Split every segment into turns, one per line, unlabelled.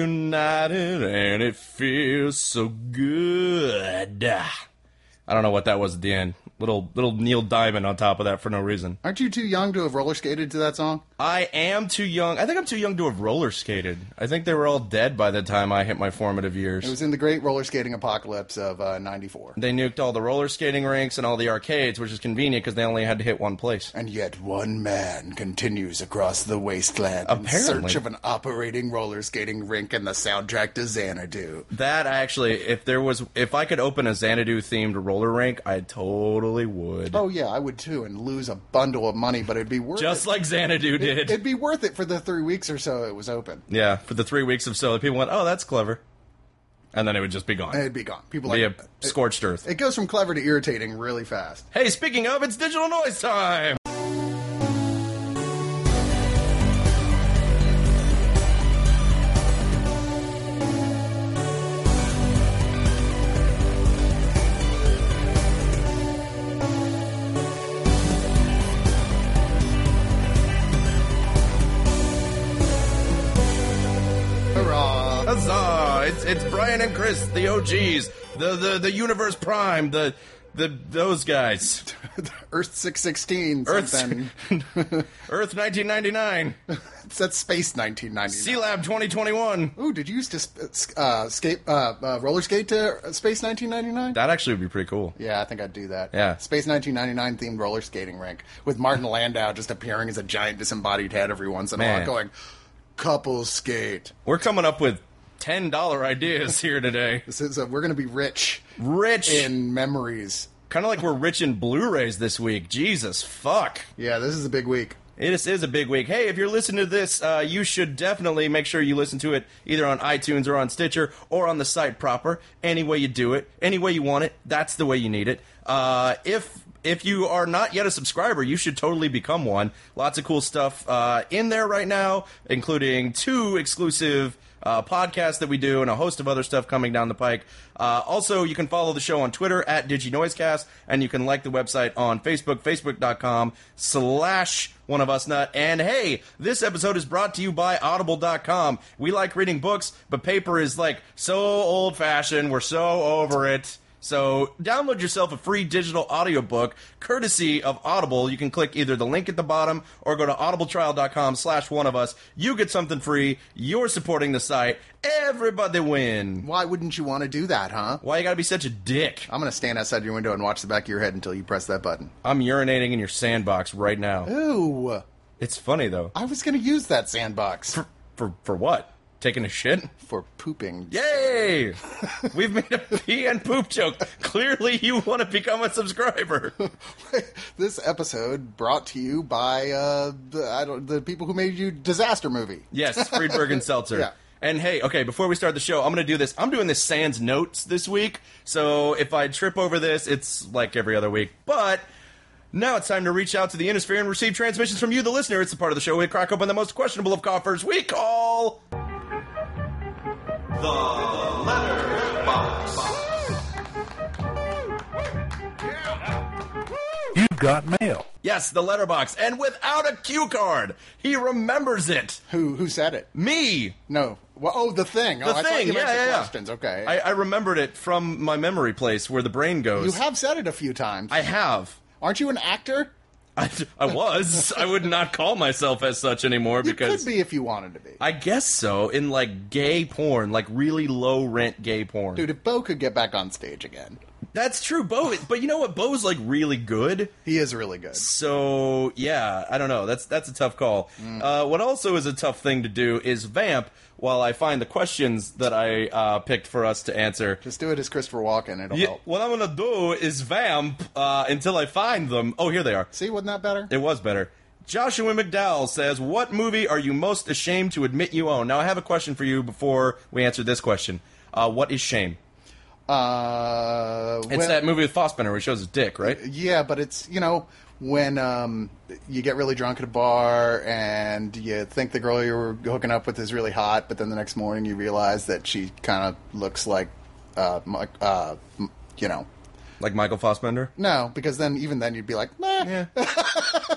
Reunited and it feels so good. I don't know what that was at the end. Little little Neil Diamond on top of that for no reason.
Aren't you too young to have roller skated to that song?
I am too young. I think I'm too young to have roller skated. I think they were all dead by the time I hit my formative years.
It was in the great roller skating apocalypse of uh, 94.
they nuked all the roller skating rinks and all the arcades, which is convenient because they only had to hit one place.
And yet one man continues across the wasteland in
Apparently.
search of an operating roller skating rink and the soundtrack to Xanadu.
That actually, if there was, if I could open a Xanadu themed roller rink, I totally would.
Oh yeah, I would too, and lose a bundle of money, but it'd be worth
Just
it.
like Xanadu did.
it'd be worth it for the three weeks or so it was open.
yeah, for the three weeks of so, people went, "Oh, that's clever," and then it would just be gone.
And it'd be gone. People
be
like
a scorched earth.
it goes from clever to irritating really fast.
Hey, speaking of, it's digital noise time.
Hurrah!
Huzzah! It's it's Brian and Chris, the OGs, the the the Universe Prime, the the those guys,
Earth six sixteen
Earth-
something.
Earth 1999,
That's space nineteen ninety.
C Lab 2021.
Ooh, did you used to sp- uh, skate uh, uh, roller skate to uh, Space 1999?
That actually would be pretty cool.
Yeah, I think I'd do that.
Yeah.
Space 1999 themed roller skating rink with Martin Landau just appearing as a giant disembodied head every once in a while,
Man.
going, couple skate.
We're coming up with ten dollar ideas here today.
This is a, we're going to be rich
Rich,
in memories.
kind of like we're rich in Blu-rays this week. Jesus fuck.
Yeah, this is a big week.
It is, is a big week. Hey, if you're listening to this, uh, you should definitely make sure you listen to it either on iTunes or on Stitcher or on the site proper. Any way you do it, any way you want it, that's the way you need it. Uh, if if you are not yet a subscriber, you should totally become one. Lots of cool stuff uh, in there right now, including two exclusive uh, podcast that we do and a host of other stuff coming down the pike. Uh, also, you can follow the show on Twitter at DigiNoiseCast, and you can like the website on Facebook, facebook.com slash one of us nut. And hey, this episode is brought to you by audible.com. We like reading books, but paper is like so old fashioned. We're so over it. So download yourself a free digital audiobook courtesy of Audible. You can click either the link at the bottom or go to audibletrial.com slash one of us. You get something free. You're supporting the site. Everybody win.
Why wouldn't you want to do that, huh?
Why you gotta be such a dick?
I'm going to stand outside your window and watch the back of your head until you press that button.
I'm urinating in your sandbox right now.
Ooh,
It's funny though.
I was going to use that sandbox for,
For for what? Taking a shit?
pooping.
Yay! We've made a pee and poop joke. Clearly you want to become a subscriber.
This episode brought to you by uh, the, I don't, the people who made you Disaster Movie.
Yes, Friedberg and Seltzer.
Yeah.
And hey, okay, before we start the show, I'm going to do this. I'm doing this Sans Notes this week. So if I trip over this, it's like every other week. But now it's time to reach out to the Innisphere and receive transmissions from you, the listener. It's the part of the show we crack open the most questionable of coffers. We call. The Letter Box.
You got mail.
Yes, the letterbox. And without a cue card, he remembers it.
Who who said it?
Me,
No. Well, oh, the thing. oh,
the
I thought
thing.
you meant
yeah,
the
yeah, yeah.
questions. Okay.
I, I remembered it from my memory place where the brain goes.
you have said it a few times.
I have.
Aren't you an actor?
I, I was. I would not call myself as such anymore
You
because
could be if you wanted to be.
I guess so in like gay porn, like really low rent gay porn.
Dude, if Bo could get back on stage again,
That's true, Bo. But you know what? Bo's like really good.
he is really good.
So yeah, I don't know. That's that's a tough call. Uh, what also is a tough thing to do is vamp while I find the questions that I uh, picked for us to answer.
Just do it as Christopher Walken. It'll
Yeah,
help.
what I'm gonna do is vamp uh, until I find them. Oh, here they are.
See, wasn't that better?
It was better. Joshua McDowell says, "What movie are you most ashamed to admit you own?" Now, I have a question for you before we answer this question. Uh, what is shame?
Uh,
It's
well-
that movie with Fossbender where he shows his dick, right?
Yeah, but it's you know when um, you get really drunk at a bar and you think the girl you were hooking up with is really hot, but then the next morning you realize that she kind of looks like, uh, mi- uh, m- you know,
Like Michael Fossbender.
no, because then even then you'd be like, nah,
Yeah.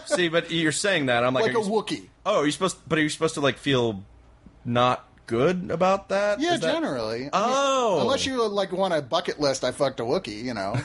See, but you're saying that I'm like,
like
are
a
you-
Wookiee.
oh, are you supposed? But are you supposed to like feel not good about that?
Yeah,
Is that-
generally. I mean,
Oh,
unless you like want a bucket list, I fucked a Wookiee, you know.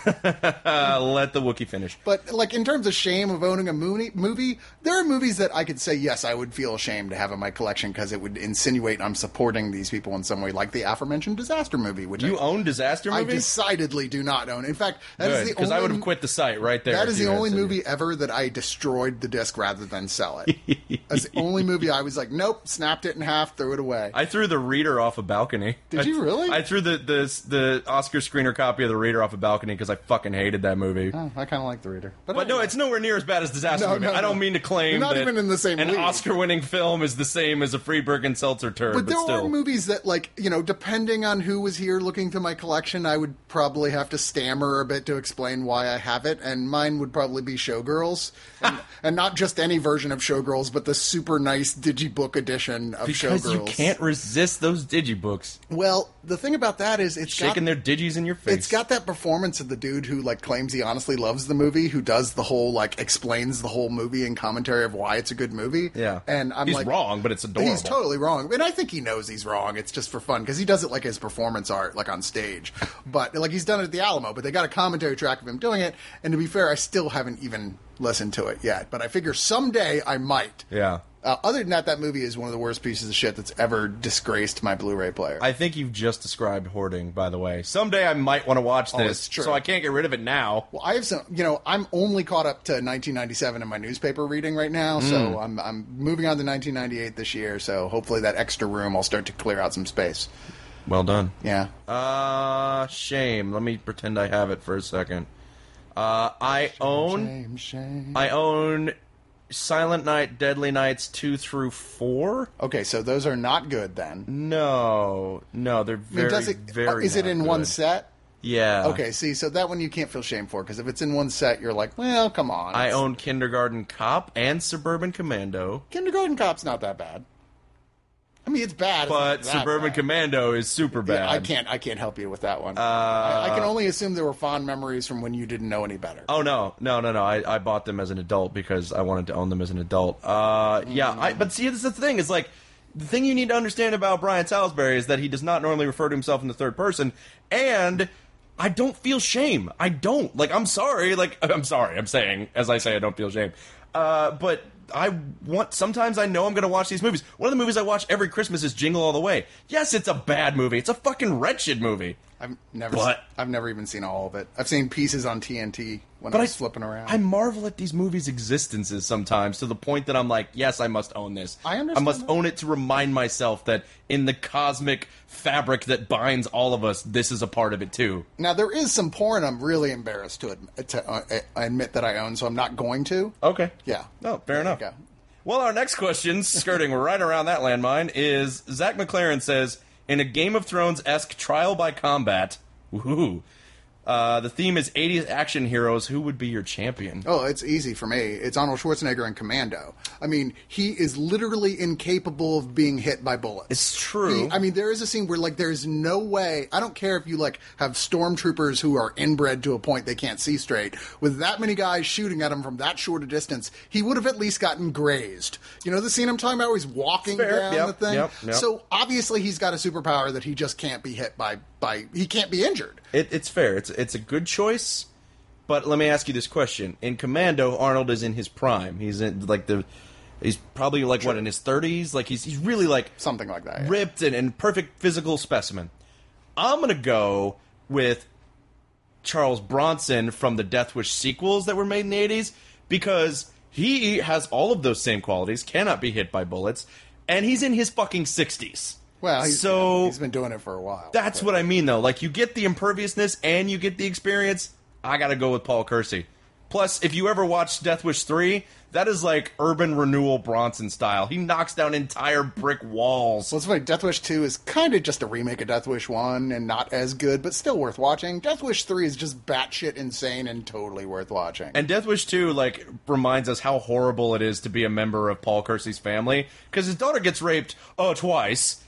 uh, let the Wookiee finish.
but like in terms of shame of owning a movie, movie, there are movies that I could say yes, I would feel ashamed to have in my collection because it would insinuate I'm supporting these people in some way, like the aforementioned disaster movie, which
You
I,
own disaster
I
movies?
decidedely do not own. In fact, that is
Good,
the only
I would have quit the site right there.
That
if
is
you
the
had
only
said-
movie ever that I destroyed the disc rather than sell it. That's the only movie I was like, nope, snapped it in half, threw it away.
I threw the reader off a balcony.
Did
I-
you really?
I threw the the the Oscar screener copy of the reader off a balcony because I fucking hated that movie.
Oh, I kind of like the reader,
But no, it's nowhere near as bad as Disaster
No,
Movie.
no,
I don't
no.
mean to claim
You're not
that
even in the same
an
league.
Oscar-winning film is the same as a free Bergen-Seltzer turd. But,
But there
still,
are movies that, like, you know, depending on who was here looking through my collection, I would probably have to stammer a bit to explain why I have it, and mine would probably be Showgirls, and, and not just any version of Showgirls, but the super nice digibook edition of
because
Showgirls.
you can't resist those digibooks
Well, the thing about that is, it's
shaking
got,
their digis in your face.
It's got that performance of the dude who like claims he honestly loves the movie, who does the whole like explains the whole movie and commentary of why it's a good movie.
yeah,
and I'm
he's
like
wrong, but it's adorable.
He's totally wrong, and I think he knows he's wrong. It's just for fun because he does it like his performance art, like on stage. But like he's done it at the Alamo, but they got a commentary track of him doing it. And to be fair, I still haven't even listened to it yet. But I figure someday I might.
Yeah,
Uh, other than that, that movie is one of the worst pieces of shit that's ever disgraced my Blu-ray player.
I think you've just described hoarding. By the way, someday I might want to watch this,
Oh, it's true.
so I can't get rid of it now.
Well, I have some, you know, I'm only caught up to 1997 in my newspaper reading right now,
Mm.
so I'm I'm moving on to 1998 this year. So hopefully that extra room, I'll start to clear out some space.
Well done.
Yeah,
Uh, shame. Let me pretend I have it for a second. Uh, I own.
shame, shame.
I own Silent Night, Deadly Nights two through four.
Okay, so those are not good then.
No, no, they're
I mean,
very,
does it- uh,
very.
is it
not
in one
good.
set?
Yeah.
Okay, see, so that one you can't feel shame for because if it's in one set, you're like, well, come on.
I
It's-
own Kindergarten Cop and Suburban Commando,
Kindergarten Cop's not that bad. I mean, it's bad, it's
but
not that
Suburban
bad.
Commando is super bad. Uh,
Yeah, I can't. I can't help you with that one. I, I can only assume there were fond memories from when you didn't know any better.
Oh no, no, no, no! I, I bought them as an adult because I wanted to own them as an adult. Uh, yeah. I, but see, this is the thing. Is like the thing you need to understand about Brian Salisbury is that he does not normally refer to himself in the third person, and I don't feel shame. I don't like. I'm sorry. Like I'm sorry. I'm saying as I say, I don't feel shame. Uh, but I want. Sometimes I know I'm going to watch these movies. One of the movies I watch every Christmas is Jingle All the Way. Yes, it's a bad movie. It's a fucking wretched movie.
I've never.
But-
I've never even seen all of it. I've seen pieces on TNT when I
But
was flipping around.
I marvel at these movies' existences sometimes to the point that I'm like, yes, I must own this.
I understand
I must
that.
own it to remind myself that in the cosmic fabric that binds all of us, this is a part of it too.
now there is some porn I'm really embarrassed to admit, to uh, uh, admit that I own, so I'm not going to.
Okay.
Yeah.
Oh, fair enough.
go.
Well, our next question, skirting right around that landmine, is Zach McLaren says in a Game of Thrones esque trial by combat. Woohoo. Uh, the theme is 80s action heroes. Who would be your champion?
Oh, it's easy for me. It's Arnold Schwarzenegger in Commando. I mean, he is literally incapable of being hit by bullets.
It's true.
He- I mean, there is a scene where like there's no way. I don't care if you like have stormtroopers who are inbred to a point they can't see straight. With that many guys shooting at him from that short a distance, he would have at least gotten grazed. You know the scene I'm talking about? Where he's walking
Fair.
down
Yep,
the thing.
yep, yep.
So obviously he's got a superpower that he just can't be hit by by he can't be injured.
It, it's fair. It's it's a good choice. But let me ask you this question: In Commando, Arnold is in his prime. He's in like the, he's probably like what in his thirties. Like he's he's really like
Something like that. yeah.
ripped and, and perfect physical specimen. I'm gonna go with Charles Bronson from the Death Wish sequels that were made in the 80s because he has all of those same qualities, cannot be hit by bullets, and he's in his fucking 60s.
Well, he's,
so
he's been doing it for a while.
that's what I mean, though. Like, you get the imperviousness and you get the experience. I gotta go with Paul Kersey. Plus, if you ever watched Death Wish 3, that is like urban renewal Bronson style. He knocks down entire brick walls.
Well, it's funny. Death Wish 2 is kind of just a remake of Death Wish 1 and not as good, but still worth watching. Death Wish 3 is just batshit insane and totally worth watching.
And Death Wish 2, like, reminds us how horrible it is to be a member of Paul Kersey's family. Because his daughter gets raped, uh, twice.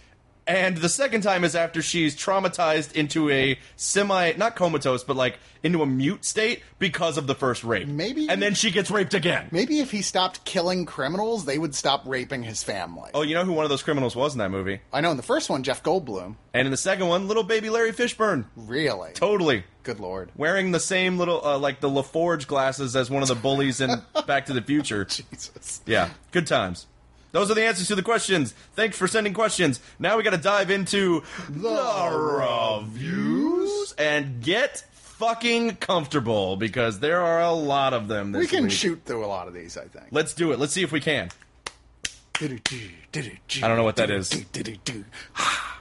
And the second time is after she's traumatized into a semi, not comatose, but like into a mute state because of the first rape.
Maybe-
And then she gets raped again.
Maybe if he stopped killing criminals, they would stop raping his family.
Oh, you know who one of those criminals was in that movie?
I know in the first one, Jeff Goldblum.
And in the second one, little baby Larry Fishburne.
Really?
Totally.
Good lord.
Wearing the same little, uh, like the LaForge glasses as one of the bullies in Back to the Future.
Jesus.
Yeah, good times. Those are the answers to the questions. Thanks for sending questions. Now we got to dive into the reviews and get fucking comfortable because there are a lot of them. This
We can
week.
shoot through a lot of these, I think.
Let's do it. Let's see if we can. I don't know what that is.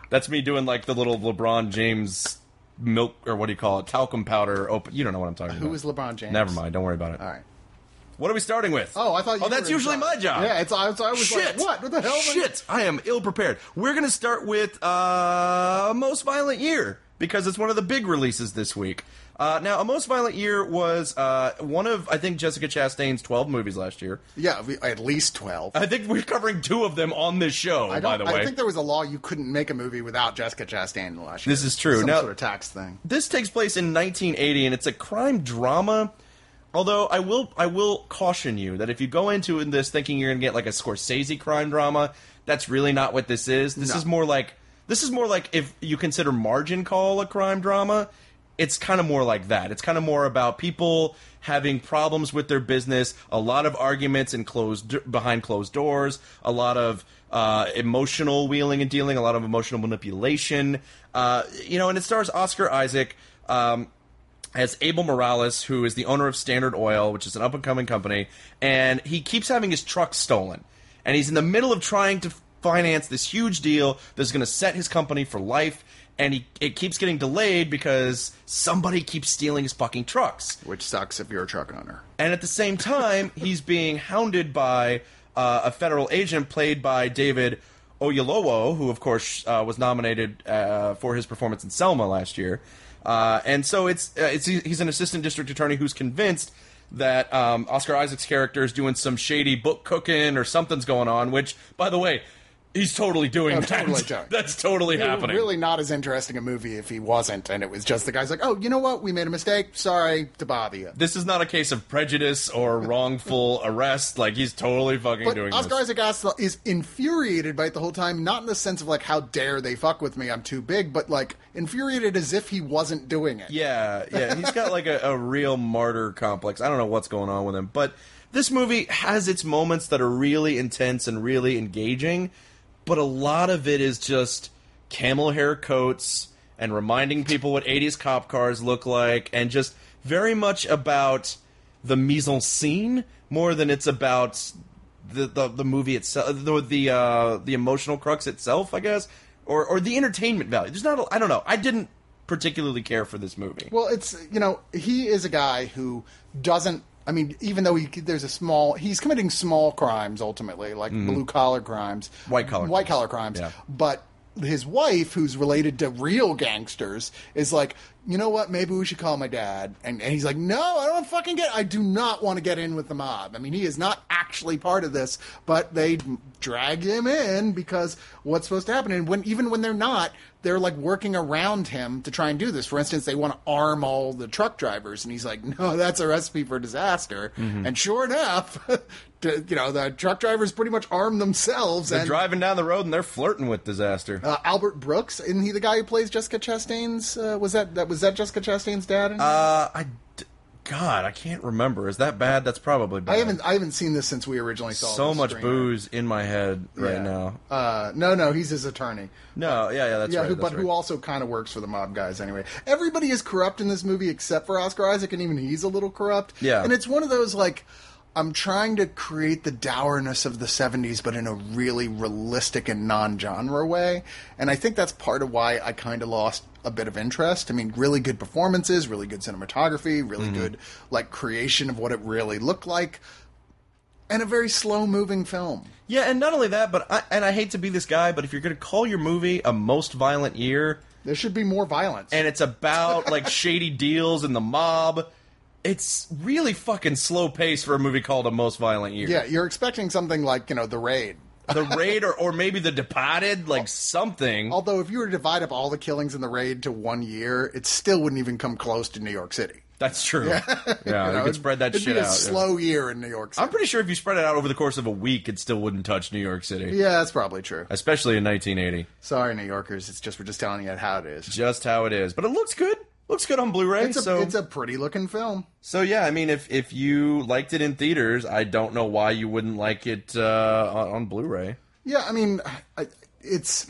That's me doing like the little LeBron James milk or what do you call it? Talcum powder. Open. You don't know what I'm talking about.
Who is LeBron James?
Never mind. Don't worry about it.
All right.
What are we starting with?
Oh, I thought. You
Oh, that's
were in
usually
charge.
my job.
Yeah, it's. I was, I was
Shit!
like, what? What the hell? am I-
Shit! I am ill prepared. We're gonna start with uh, Most Violent Year because it's one of the big releases this week. Uh, now, A Most Violent Year was uh, one of I think Jessica Chastain's twelve movies last year.
Yeah, we, at least twelve.
I think we're covering two of them on this show.
I
by
don't.
the way,
I think there was a law you couldn't make a movie without Jessica Chastain last year.
This is true.
Some
Now-
sort of tax thing.
this takes place in 1980 and it's a crime drama although i will i will caution you that if you go into this thinking you're going to get like a scorsese crime drama that's really not what this is this
No.
is more like this is more like if you consider margin call a crime drama it's kind of more like that it's kind of more about people having problems with their business a lot of arguments in closed behind closed doors a lot of uh, emotional wheeling and dealing a lot of emotional manipulation uh, you know and it stars oscar isaac um, as Abel Morales, who is the owner of Standard Oil, which is an up and coming company, and he keeps having his truck stolen. And he's in the middle of trying to finance this huge deal that's going to set his company for life. And he, it keeps getting delayed because somebody keeps stealing his fucking trucks.
Which sucks if you're a truck owner.
And at the same time, he's being hounded by uh, a federal agent played by David Oyelowo, who, of course, uh, was nominated uh, for his performance in Selma last year. Uh, and so it's, uh, it's he's an assistant district attorney who's convinced that um, Oscar Isaac's character is doing some shady book cooking or something's going on. Which, by the way, he's totally doing
Oh,
that.
totally doing.
That's totally happening.
Really not as interesting a movie if he wasn't, and it was just the guy's like, oh, you know what? We made a mistake. Sorry to bother you.
This is not a case of prejudice or wrongful arrest. Like he's totally fucking
But
doing
Oscar
this.
Isaac Asla is infuriated by it the whole time, not in the sense of like, how dare they fuck with me? I'm too big, but like infuriated as if he wasn't doing it.
Yeah, yeah, he's got like a, a real martyr complex. I don't know what's going on with him, but this movie has its moments that are really intense and really engaging, but a lot of it is just camel hair coats and reminding people what 80s cop cars look like and just very much about the mise en scene more than it's about the the, the movie itself, the the, uh, the emotional crux itself, I guess, or or the entertainment value. There's not, a, I don't know. I didn't particularly care for this movie.
Well, it's you know he is a guy who doesn't. I mean, even though he there's a small, he's committing small crimes ultimately, like blue collar crimes,
White collar
white
crimes.
collar crimes.
Yeah.
But his wife, who's related to real gangsters, is like, you know what? Maybe we should call my dad. And, and he's like, no, I don't fucking get. I do not want to get in with the mob. I mean, he is not actually part of this, but they drag him in because what's supposed to happen. And when even when they're not, they're like working around him to try and do this. For instance, they want to arm all the truck drivers, and he's like, no, that's a recipe for disaster. And sure enough. to- you know the truck drivers pretty much arm themselves
they're
and
driving down the road and they're flirting with disaster.
uh, Albert Brooks, isn't he the guy who plays Jessica Chastain's? Uh, was that that was that Jessica Chastain's dad? in-
Uh, I d- God, I can't remember. Is that bad? That's probably bad.
I haven't I haven't seen this since we originally saw.
so
the
much
screener.
booze in my head right
Yeah.
now.
Uh, no, no, he's his attorney.
No, yeah, yeah, that's
yeah,
right.
who,
that's
but
right.
who also kind of works for the mob guys anyway. Everybody is corrupt in this movie except for Oscar Isaac, and even he's a little corrupt.
Yeah.
and it's one of those like. I'm trying to create the dourness of the 70s, but in a really realistic and non genre way. And I think that's part of why I kind of lost a bit of interest. I mean, really good performances, really good cinematography, really
Mm-hmm.
good, like, creation of what it really looked like, and a very slow moving film.
Yeah, and not only that, but I, and I hate to be this guy, but if you're going to call your movie a most violent year,
There should be more violence.
and it's about like shady deals and the mob. It's really fucking slow pace for a movie called A Most Violent Year.
Yeah, you're expecting something like you know the raid
the raid or, or maybe the departed, like something.
Although, if you were to divide up all the killings in the raid to one year, it still wouldn't even come close to New York City.
That's true. Yeah,
You
you,
know,
could spread that
it'd
shit
be a
out. yeah.
slow year in New York City.
I'm pretty sure if you spread it out over the course of a week, it still wouldn't touch New York City,
yeah, that's probably true.
especially in 1980.
Sorry, New Yorkers. It's just we're just telling you how it is.
Just how it is, but it looks good. Looks good on Blu-ray.
It's a,
so
it's a pretty looking film.
So yeah, I mean, if if you liked it in theaters, I don't know why you wouldn't like it uh, on, on Blu-ray.
Yeah, I mean, I, it's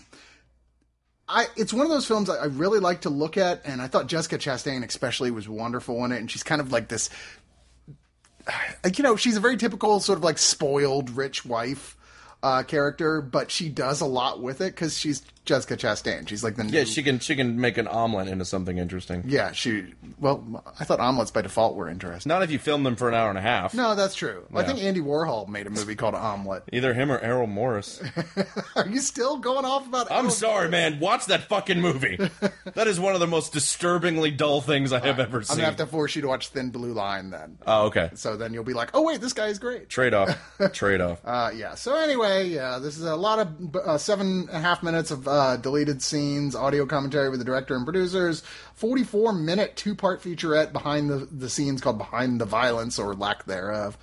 I it's one of those films I, I really like to look at, and I thought Jessica Chastain especially was wonderful in it, and she's kind of like this, like, you know, she's a very typical sort of like spoiled rich wife. Uh, character, but she does a lot with it because she's Jessica Chastain. She's like the new,
Yeah, she can she can make an omelet into something interesting.
yeah she. Well, I thought omelets by default were interesting.
Not if you film them for an hour and a half.
No, that's true. I
Yeah.
think Andy Warhol made a movie called Omelet.
Either him or Errol Morris.
Are you still going off about?
I'm
Errol-
sorry, man. Watch that fucking movie. That is one of the most disturbingly dull things I have ever
I'm
seen.
gonna have to force you to watch Thin Blue Line then.
oh, okay.
So then you'll be like, oh wait, this guy is great.
Trade off. Trade off.
Uh, yeah. So anyway, yeah, this is a lot of uh, seven and a half minutes of uh, deleted scenes, audio commentary with the director and producers, forty-four minute two-part featurette behind the the scenes called "Behind the Violence" or lack thereof.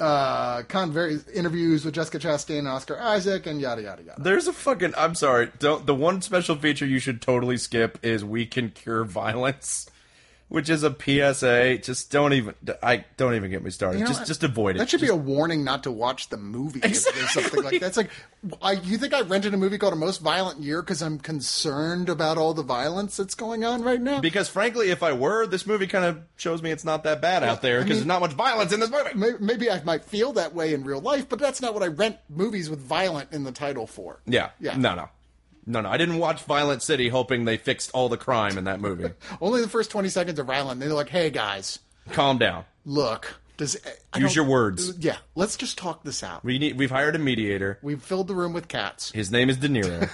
Uh, con very interviews with Jessica Chastain and Oscar Isaac and yada yada yada.
There's a fucking. I'm sorry. Don't. The one special feature you should totally skip is "We Can Cure Violence," which is a PSA. Just don't even. I don't even get me started.
You know
just,
what?
just avoid it.
That should be a warning not to watch the movie if there's something
Exactly.
like that. It's like, I, you think I rented a movie called A Most Violent Year because I'm concerned about all the violence that's going on right now?
because frankly, if I were, this movie kind of shows me it's not that bad out there because there's not much violence in this movie.
May- Maybe I might feel that way in real life, but that's not what I rent movies with violent in the title for.
Yeah.
Yeah.
No. No. No. No. I didn't watch Violent City hoping they fixed all the crime in that movie.
Only the first 20 seconds are violent. They're like, hey, guys,
Calm down.
look. Does I
Use
don't-
your words.
Yeah, let's just talk this out.
We need. We've hired a mediator.
We've filled the room with cats.
His name is De Niro.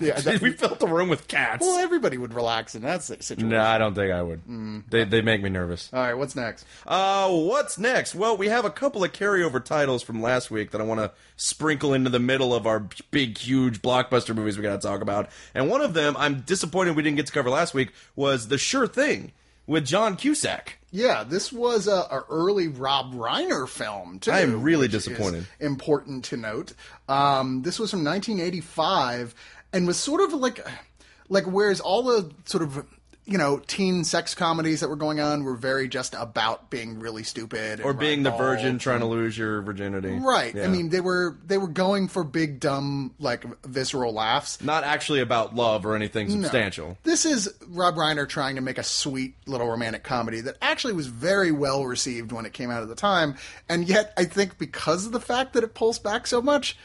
Yeah, that-
we filled the room with cats.
well, everybody would relax in that si- situation.
No, I don't think I would. They they make me nervous.
All right, what's next?
Uh, what's next? Well, we have a couple of carryover titles from last week that I want to sprinkle into the middle of our big, huge blockbuster movies we got to talk about. And one of them, I'm disappointed we didn't get to cover last week, was The Sure Thing with John Cusack.
Yeah, this was a, a early Rob Reiner film too.
I am really
which is
disappointed.
important to note. Um, this was from 1985 and was sort of like, like whereas all the sort of you know teen sex comedies that were going on were very just about being really stupid
Or being the virgin trying to lose your virginity.
Oh, Right.
Yeah.
I mean, they were they were going for big dumb like visceral laughs.
not actually about love or anything substantial.
This is Rob Reiner trying to make a sweet little romantic comedy that actually was very well received when it came out at the time, and yet I think because of the fact that it pulls back so much,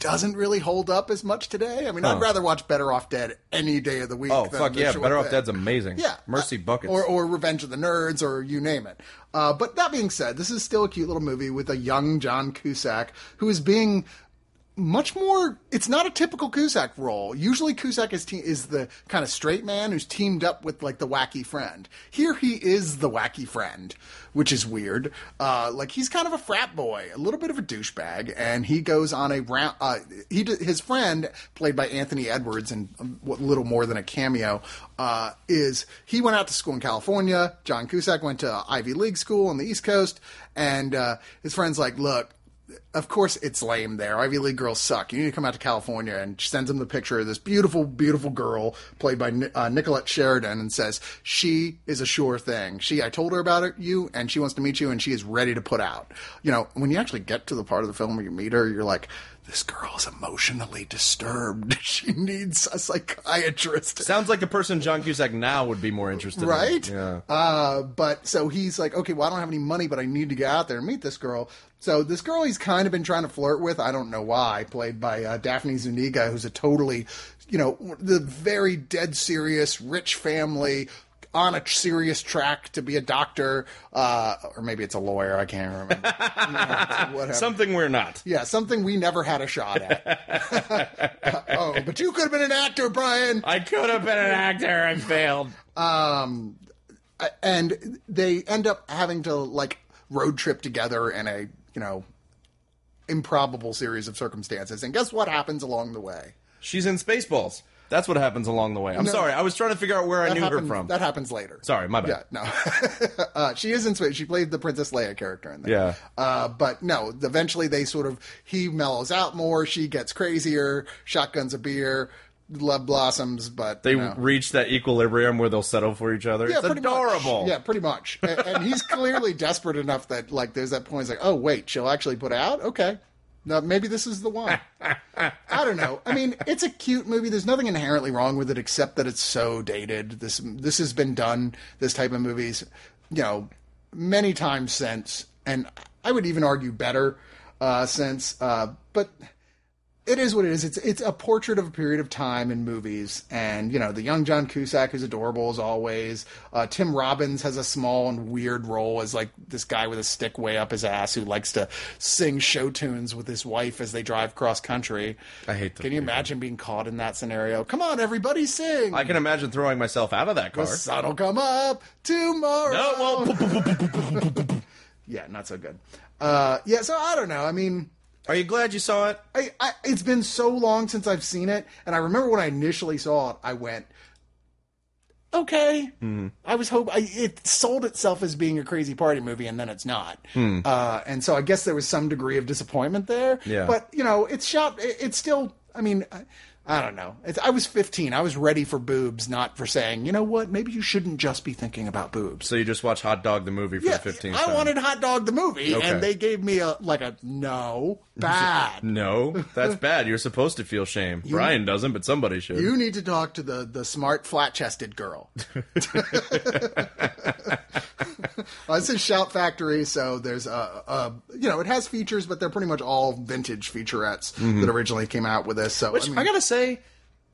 doesn't really hold up as much today. I mean, I'd rather watch Better Off Dead any day of the week.
Oh,
than
fuck
The
yeah.
Short
Better Off
Thing.
Dead's amazing.
Yeah,
Mercy
Uh,
Buckets.
or or Revenge of the Nerds, or you name it. Uh, but that being said, this is still a cute little movie with a young John Cusack who is being much more. It's not a typical Cusack role. Usually, Cusack is te- is the kind of straight man who's teamed up with like the wacky friend. Here, he is the wacky friend, which is weird. Uh, like he's kind of a frat boy, a little bit of a douchebag, and he goes on a round. Uh, he d- his friend, played by Anthony Edwards, and um, what little more than a cameo, uh, is he went out to school in California. John Cusack went to Ivy League school on the East Coast, and uh, his friend's like, look of course it's lame there. Ivy League girls suck. You need to come out to California. And she sends him the picture of this beautiful, beautiful girl played by Ni- uh, Nicolette Sheridan and says, she is a sure thing. She, I told her about it, you, and she wants to meet you and she is ready to put out. You know, when you actually get to the part of the film where you meet her, you're like, this girl is emotionally disturbed. she needs a psychiatrist.
Sounds like the person John Cusack now would be more interested in.
Right?
Yeah.
Uh, but so he's like, okay, well, I don't have any money, but I need to get out there and meet this girl. So this girl he's kind of been trying to flirt with, I don't know why, played by uh, Daphne Zuniga, who's a totally, you know, the very dead serious rich family. On a serious track to be a doctor, uh, or maybe it's a lawyer. I can't remember. You know, it's whatever.
Something we're not.
yeah, something we never had a shot at. oh, but you could have been an actor, Brian.
I could have been an actor and failed.
Um, and they end up having to like road trip together in a you know improbable series of circumstances. And guess what happens along the way?
She's in Spaceballs. That's what happens along the way. I'm
No.
sorry. I was trying to figure out where I
That
knew
happens,
her from.
That happens later.
sorry, my bad.
Yeah, no. uh, she is in Space. She played the Princess Leia character in there.
Yeah.
Uh, but no, eventually they sort of, he mellows out more, she gets crazier, shotguns a beer, love blossoms, but.
They
you know.
reach that equilibrium where they'll settle for each other. it's
pretty much.
adorable.
Yeah, pretty much. And, and he's clearly desperate enough that like there's that point. He's like, oh wait, she'll actually put out. Okay, now maybe this is the one. I don't know. I mean, it's a cute movie. There's nothing inherently wrong with it except that it's so dated. This this has been done. This type of movies, you know, many times since, and I would even argue better uh, since. Uh, but it is what it is. It's it's a portrait of a period of time in movies, and you know the young John Cusack is adorable as always. Uh, Tim Robbins has a small and weird role as like this guy with a stick way up his ass who likes to sing show tunes with his wife as they drive cross country.
I hate those
Can you
people.
imagine being caught in that scenario? Come on, everybody, sing.
I can imagine throwing myself out of that car.
the sun'll come up tomorrow.
No, it won't.
yeah, not so good. Uh, yeah, so I don't know. I mean.
Are you glad you saw it?
I, I, it's been so long since I've seen it, and I remember when I initially saw it, I went, "Okay."
Mm-hmm.
I was hope I, it sold itself as being a crazy party movie, and then it's not.
Hmm.
Uh, and so I guess there was some degree of disappointment there.
Yeah.
But you know, it's shot. It, it's still. I mean, I, I don't know. It's, I was 15. I was ready for boobs, not for saying, you know what? Maybe you shouldn't just be thinking about boobs.
So you just watch Hot Dog the movie for
Yeah,
the 15th
I
time.
wanted Hot Dog the movie,
Okay.
and they gave me a like a no bad.
No, that's bad. You're supposed to feel shame. Brian doesn't, but somebody should.
You need to talk to the the smart, flat chested girl. well, this is Shout Factory, so there's a, a you know it has features, but they're pretty much all vintage featurettes that originally came out with this. So
Mm-hmm. Which I,
I mean,
gotta say,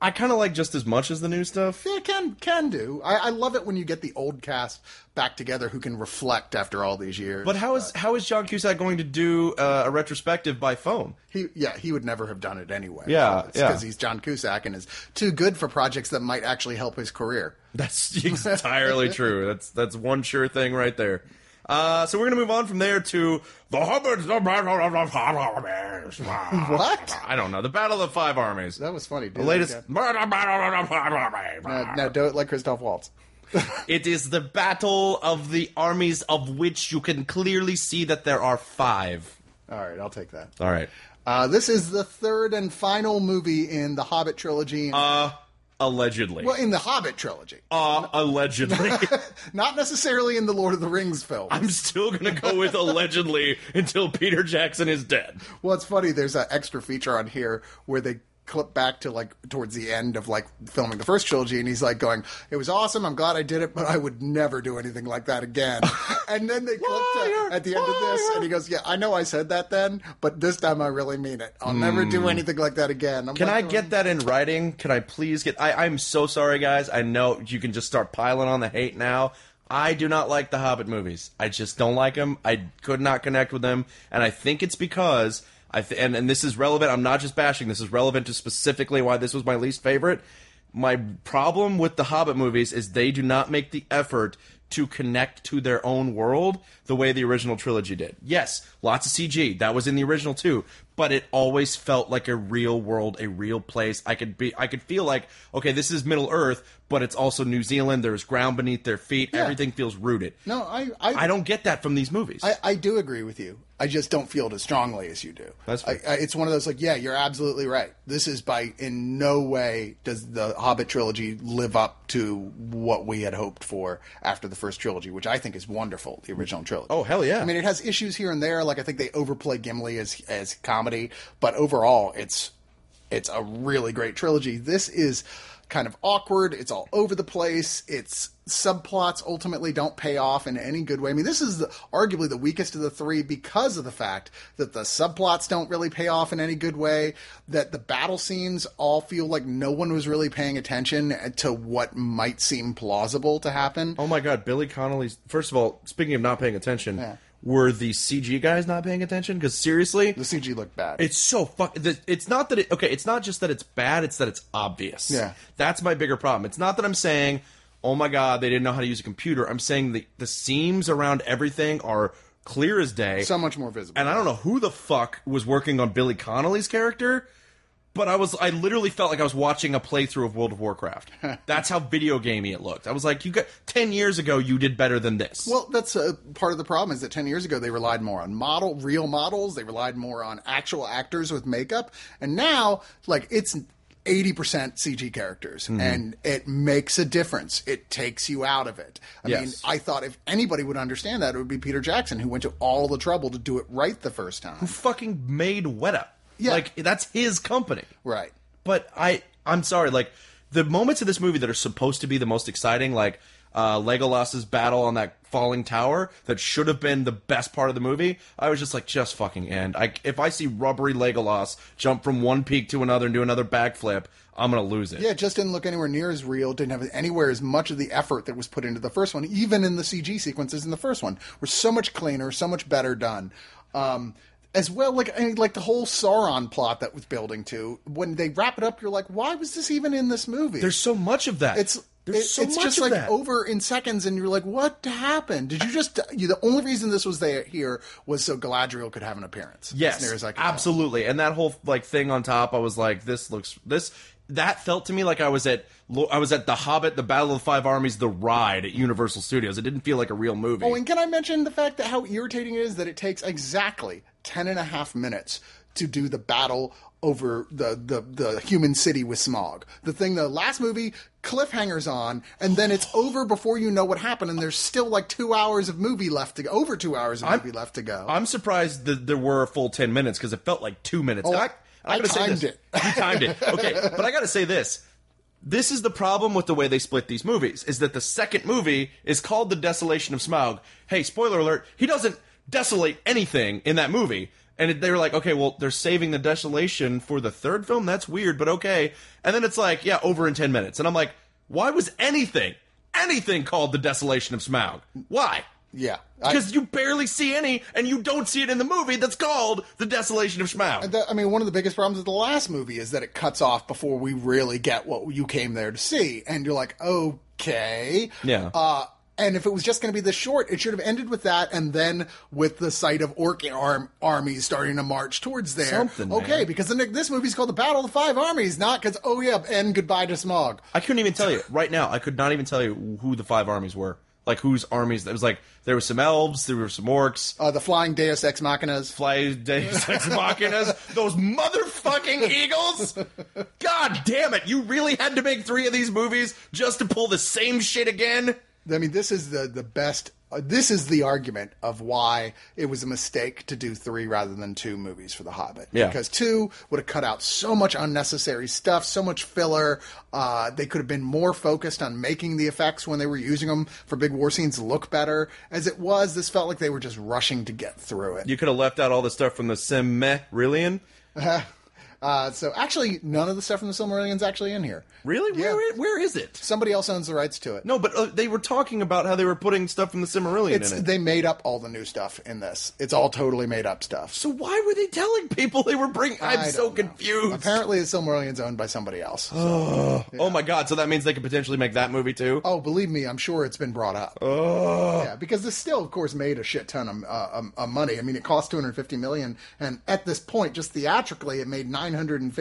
I kind of like just as much as the new stuff.
yeah, can can do. I, I love it when you get the old cast back together who can reflect after all these years.
But how is how is John Cusack going to do uh, a retrospective by phone?
He, yeah, he would never have done it anyway.
Yeah, yeah.
because he's John Cusack and is too good for projects that might actually help his career.
That's entirely true. That's that's one sure thing right there. Uh, so we're gonna move on from there to the Hubbards.
What?
I don't know. The Battle of the Five Armies.
That was funny. Dude. uh,
the latest.
Now, now do it like Christoph Waltz.
It is the battle of the armies of which you can clearly see that there are five.
All right, I'll take that.
All right.
Uh, this is the third and final movie in the Hobbit trilogy.
Uh, allegedly.
well, in the Hobbit trilogy,
Uh, allegedly.
not necessarily in the Lord of the Rings film.
I'm still gonna go with allegedly until Peter Jackson is dead.
well, it's funny. There's an extra feature on here where they clip back to like towards the end of like filming the first trilogy, and he's like going, "It was awesome. I'm glad I did it, but I would never do anything like that again." and then they clip to,
Liar!
at the end of this,
Liar!
and he goes, "Yeah, I know I said that then, but this time I really mean it. I'll never do anything like that again." I'm
Hmm. Can I
like,
get that in writing? Can I please get? I, I'm so sorry, guys. I know you can just start piling on the hate now. I do not like the Hobbit movies. I just don't like them. I could not connect with them, and I think it's because I th- and and this is relevant. I'm not just bashing. This is relevant to specifically why this was my least favorite. My problem with the Hobbit movies is they do not make the effort to connect to their own world the way the original trilogy did. Yes, lots of CG. That was in the original too, but it always felt like a real world, a real place. I could be I could feel like, okay, this is Middle Earth, but it's also New Zealand. There's ground beneath their feet. Everything feels rooted.
No, I, I,
I don't get that from these movies.
I, I do agree with you. I just don't feel it as strongly as you do.
That's
I,
fair.
I, it's one of those like, yeah, you're absolutely right. This is by in no way does the Hobbit trilogy live up to what we had hoped for after the first trilogy, which I think is wonderful. The original trilogy.
Oh, hell yeah.
I mean, it has issues here and there. Like I think they overplay Gimli as as comedy, but overall, it's it's a really great trilogy. This is kind of awkward. It's all over the place. It's subplots ultimately don't pay off in any good way. I mean, this is the, arguably the weakest of the three because of the fact that the subplots don't really pay off in any good way, that the battle scenes all feel like no one was really paying attention to what might seem plausible to happen.
oh my god, Billy Connolly's First of all, speaking of not paying attention, were the CG guys not paying attention? Cuz seriously,
The CG looked bad.
It's so fuck. the- It's not that it. Okay, it's not just that it's bad. It's that it's obvious.
Yeah.
that's my bigger problem. It's not that I'm saying, oh my god, they didn't know how to use a computer. I'm saying the the seams around everything are clear as day.
so much more visible.
and I don't know who the fuck was working on Billy Connolly's character, but I was I literally felt like I was watching a playthrough of World of Warcraft. That's how video gamey it looked. I was like, you got ten years ago, you did better than this.
Well, that's uh, part of the problem is that 10 years ago they relied more on model, real models, they relied more on actual actors with makeup, and now like it's 80% CG characters and it makes a difference. It takes you out of it. I mean,
Yes.
I thought if anybody would understand that it would be Peter Jackson who went to all the trouble to do it right the first time.
fucking made Weta.
Yeah.
like that's his company.
right.
But I, I'm sorry. Like the moments of this movie that are supposed to be the most exciting, like uh, Legolas's battle on that falling tower, that should have been the best part of the movie. I was just like, just fucking end. I, if I see rubbery Legolas jump from one peak to another and do another backflip, I'm gonna lose it.
Yeah, it just didn't look anywhere near as real. Didn't have anywhere as much of the effort that was put into the first one, even in the CG sequences in the first one, were so much cleaner, so much better done. Um, as well, like I mean, like the whole Sauron plot that was building to. When they wrap it up, you're like, why was this even in this movie?
There's so much of that.
it's
there's
it-
so
it's
much
just
of
like
that.
over in seconds, and you're like, what happened? Did you just? You, the only reason this was there here was so Galadriel could have an appearance. as
Yes,
near as I can tell.
absolutely. And that whole like thing on top, I was like, this looks this. That felt to me like I was at Lo- I was at the Hobbit, the Battle of the Five Armies, the ride at Universal Studios. It didn't feel like a real movie.
Oh, and can I mention the fact that how irritating it is that it takes exactly 10 and a half minutes to do the battle over the, the, the human city with smog? The thing the last movie cliffhangers on, and then it's over before you know what happened, and there's still like two hours of movie left to go, over two hours of movie left to go.
I'm surprised that there were a full ten minutes because it felt like two minutes. And I,
Oh, I
gotta
timed
say this.
it.
You timed it, okay? But I gotta say this. This is the problem with the way they split these movies is that the second movie is called The Desolation of Smaug. Hey, spoiler alert, he doesn't desolate anything in that movie. And it- they were like, okay, well, they're saving the desolation for the third film? That's weird, but okay. And then it's like, yeah, over in 10 minutes. And I'm like, why was anything, anything called The Desolation of Smaug? Why?
yeah. I-
because you barely see any, and you don't see it in the movie that's called The Desolation of Schmau.
that- I mean, one of the biggest problems with the last movie is that it cuts off before we really get what you came there to see, and you're like, okay,
Yeah.
Uh, and if it was just going to be this short, it should have ended with that, and then with the sight of orc arm, armies starting to march towards there.
Something, man.
okay, because the, this movie's called the Battle of the Five Armies, not because oh yeah, and goodbye to smog.
I couldn't even tell you right now. I could not even tell you who the five armies were, like whose armies. There was like there were some elves, there were some orcs,
Uh, the flying Deus ex machinas.
fly days ex machinas, those motherfucking eagles. God damn it! You really had to make three of these movies just to pull the same shit again.
I mean, this is the the best. Uh, this is the argument of why it was a mistake to do three rather than two movies for The Hobbit.
Yeah.
Because two would have cut out so much unnecessary stuff, so much filler. Uh, they could have been more focused on making the effects when they were using them for big war scenes look better. As it was, this felt like they were just rushing to get through it.
You could have left out all the stuff from the Silmarillion.
Uh, so actually, none of the stuff from The Silmarillion's actually in here.
Really?
Yeah.
Where, where is it?
Somebody else owns the rights to it.
No, but uh, they were talking about how they were putting stuff from the Silmarillion
It's,
in it.
they made up all the new stuff in this. It's all totally made up stuff.
So why were they telling people they were bringing? I'm
I
so
don't know.
confused.
Apparently, the Silmarillion's owned by somebody else. so-
Oh my god! So that means they could potentially make that movie too.
Oh, believe me, I'm sure it's been brought up. Oh, yeah, because this still, of course, made a shit ton of, uh, um, of money. I mean, it cost 250 million, and at this point, just theatrically, it made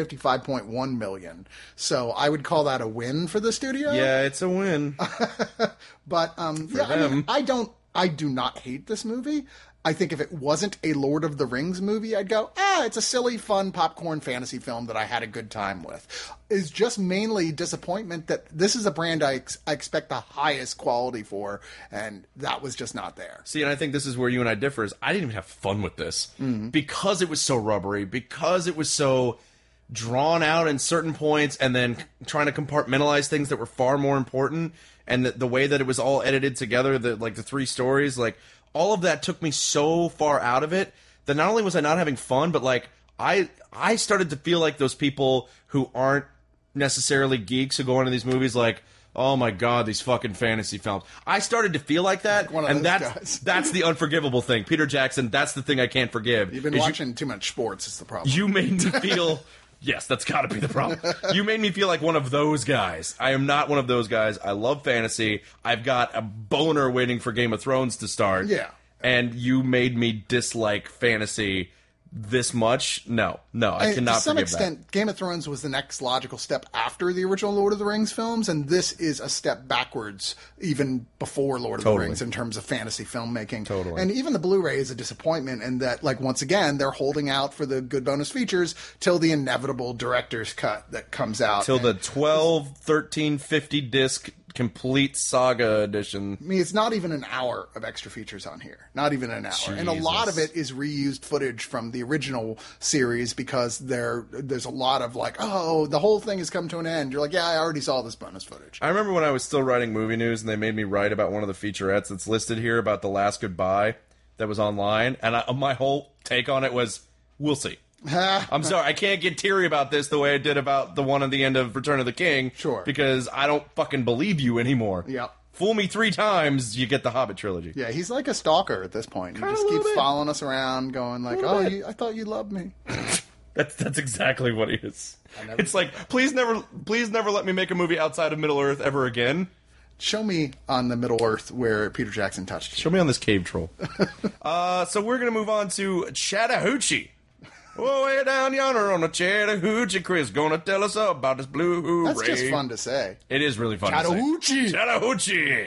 955.1 million. So I would call that a win for the studio.
Yeah, it's a win.
But um, yeah, I,
them.
mean, I don't, I do not hate this movie. I think if it wasn't a Lord of the Rings movie, I'd go, ah, it's a silly, fun popcorn fantasy film that I had a good time with. It's just mainly disappointment that this is a brand I, ex- I expect the highest quality for, and that was just not there.
See, and I think this is where you and I differ. Is I didn't even have fun with this
Mm-hmm.
because it was so rubbery, because it was so drawn out in certain points, and then trying to compartmentalize things that were far more important, and the, the way that it was all edited together, the like the three stories, like all of that took me so far out of it that not only was I not having fun, but like I I started to feel like those people who aren't necessarily geeks who go into these movies like. Oh my god, these fucking fantasy films. I started to feel like that
one of
and
those
that's
guys.
that's the unforgivable thing. Peter Jackson, that's the thing I can't forgive.
You've been
is
watching too much sports, is the problem.
You, you made me feel Yes, that's got to be the problem. You made me feel like one of those guys. I am not one of those guys. I love fantasy. I've got a boner waiting for Game of Thrones to start.
yeah.
and you made me dislike fantasy this much. No, no, I,
And
cannot
to some
forgive
extent,
that.
Game of Thrones was the next logical step after the original Lord of the Rings films, and this is a step backwards, even before Lord of
Totally.
the Rings in terms of fantasy filmmaking.
Totally.
And even the Blu-ray is a disappointment in that, like once again, they're holding out for the good bonus features till the inevitable director's cut that comes out.
Till
And-
the 12, 13, 50 disc complete saga edition.
I mean, it's not even an hour of extra features on here. Not even an hour. And a lot of
Jesus.
it is reused footage from the original series because there there's a lot of like, oh, the whole thing has come to an end. You're like, yeah, I already saw this bonus footage.
I remember when I was still writing movie news and they made me write about one of the featurettes that's listed here about the last goodbye that was online, and I, my whole take on it was, "We'll see." I'm sorry, I can't get teary about this the way I did about the one at the end of Return of the King.
Sure.
because I don't fucking believe you anymore.
Yep.
fool me three times, you get the Hobbit trilogy.
yeah, he's like a stalker at this point. He
Kinda
just
a little
keeps
bit.
following us around, going like,
Little
oh,
bit.
you, I thought you loved me.
That's that's exactly what he is.
never-
It's like, please never, please never let me make a movie outside of Middle Earth ever again.
Show me on the Middle Earth where Peter Jackson touched you.
Show me on this cave troll. uh, so we're gonna move on to Chattahoochee. Oh, way down yonder on the Chattahoochee, Chris gonna tell us all about this blue.
That's just fun to say.
It is really fun. to say.
Chattahoochee.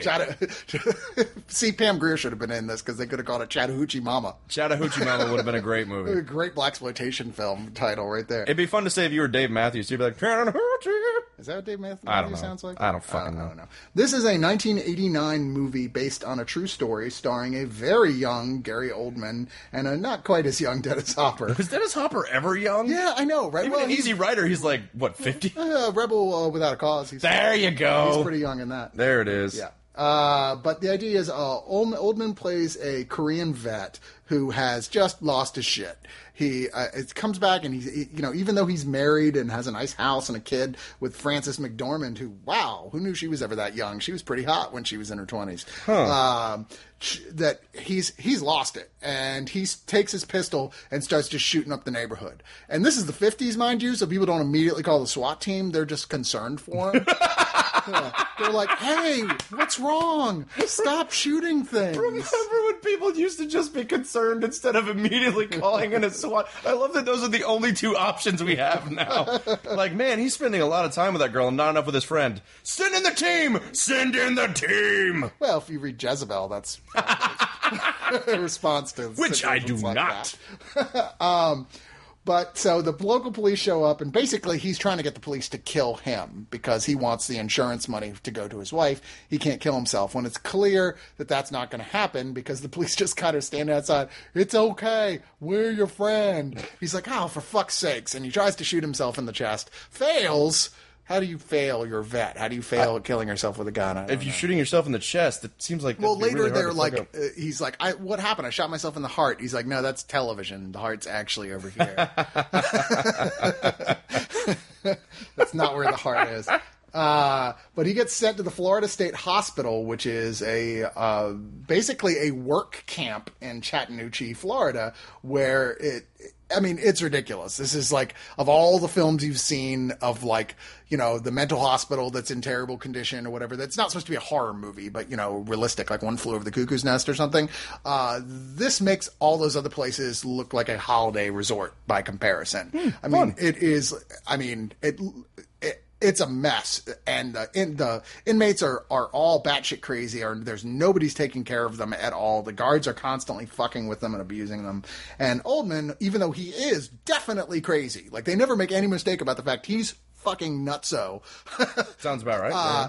Chattahoochee.
Chatta- See, Pam Greer should have been in this because they could have called it Chattahoochee Mama.
Chattahoochee Mama would have been a great
A
movie.
great black exploitation film title right there. Is
It'd be fun to say if you were Dave Matthews. You'd be like Chattahoochee.
that what Dave Matthews
I don't know.
sounds like? Uh,
I don't fucking
I
know.
don't know. This is a 1989 movie based on a true story starring a very young Gary Oldman and a not quite as young Dennis Hopper.
Was Dennis Hopper ever young?
yeah, I know, right?
Even
well,
an easy writer, he's like what fifty.
he's a rebel uh, without a cause. He's,
There you go.
he's pretty young in that.
There it is.
Yeah. Uh, but the idea is uh, Old- Oldman plays a Korean vet who has just lost his shit. He uh, it comes back and he's he- you know even though he's married and has a nice house and a kid with Frances McDormand who wow who knew she was ever that young she was pretty hot when she was in her twenties um, sh- that he's he's lost it and he s- takes his pistol and starts just shooting up the neighborhood and this is the 50s mind you so people don't immediately call the SWAT team they're just concerned for him They're like, hey, what's wrong? Stop shooting things.
Remember when people used to just be concerned instead of immediately calling in a SWAT? I love that those are the only two options we have now. Like, man, he's spending a lot of time with that girl and not enough with his friend. Send in the team! Send in the team!
Well, if you read Jezebel, that's a response to
Which I do
situations like
not.
that. um, but so the local police show up, and basically he's trying to get the police to kill him because he wants the insurance money to go to his wife. He can't kill himself. When it's clear that that's not going to happen because the police just kind of stand outside, it's okay, we're your friend. He's like, oh, for fuck's sakes. And he tries to shoot himself in the chest, fails. How do you fail your vet? How do you fail at killing yourself with a gun? I don't
If you're shooting yourself in the chest, it seems like.
well,
that'd be
later
really hard
they're
to
like,
fuck up.
uh, he's like, I, what happened? I shot myself in the heart. He's like, no, that's television. The heart's actually over here. that's not where the heart is. Uh, but he gets sent to the Florida State Hospital, which is a uh, basically a work camp in Chattahoochee, Florida, where it. I mean, it's ridiculous. This is like of all the films you've seen of like you know the mental hospital that's in terrible condition or whatever. That's not supposed to be a horror movie, but you know realistic, like One Flew Over the Cuckoo's Nest or something. Uh, this makes all those other places look like a holiday resort by comparison. I mean, it is. I mean, it, it it's a mess, and the in, the inmates are are all batshit crazy. Or there's nobody's taking care of them at all. The guards are constantly fucking with them and abusing them. And Oldman, even though he is definitely crazy, like they never make any mistake about the fact he's fucking nutso.
Sounds about right.
uh,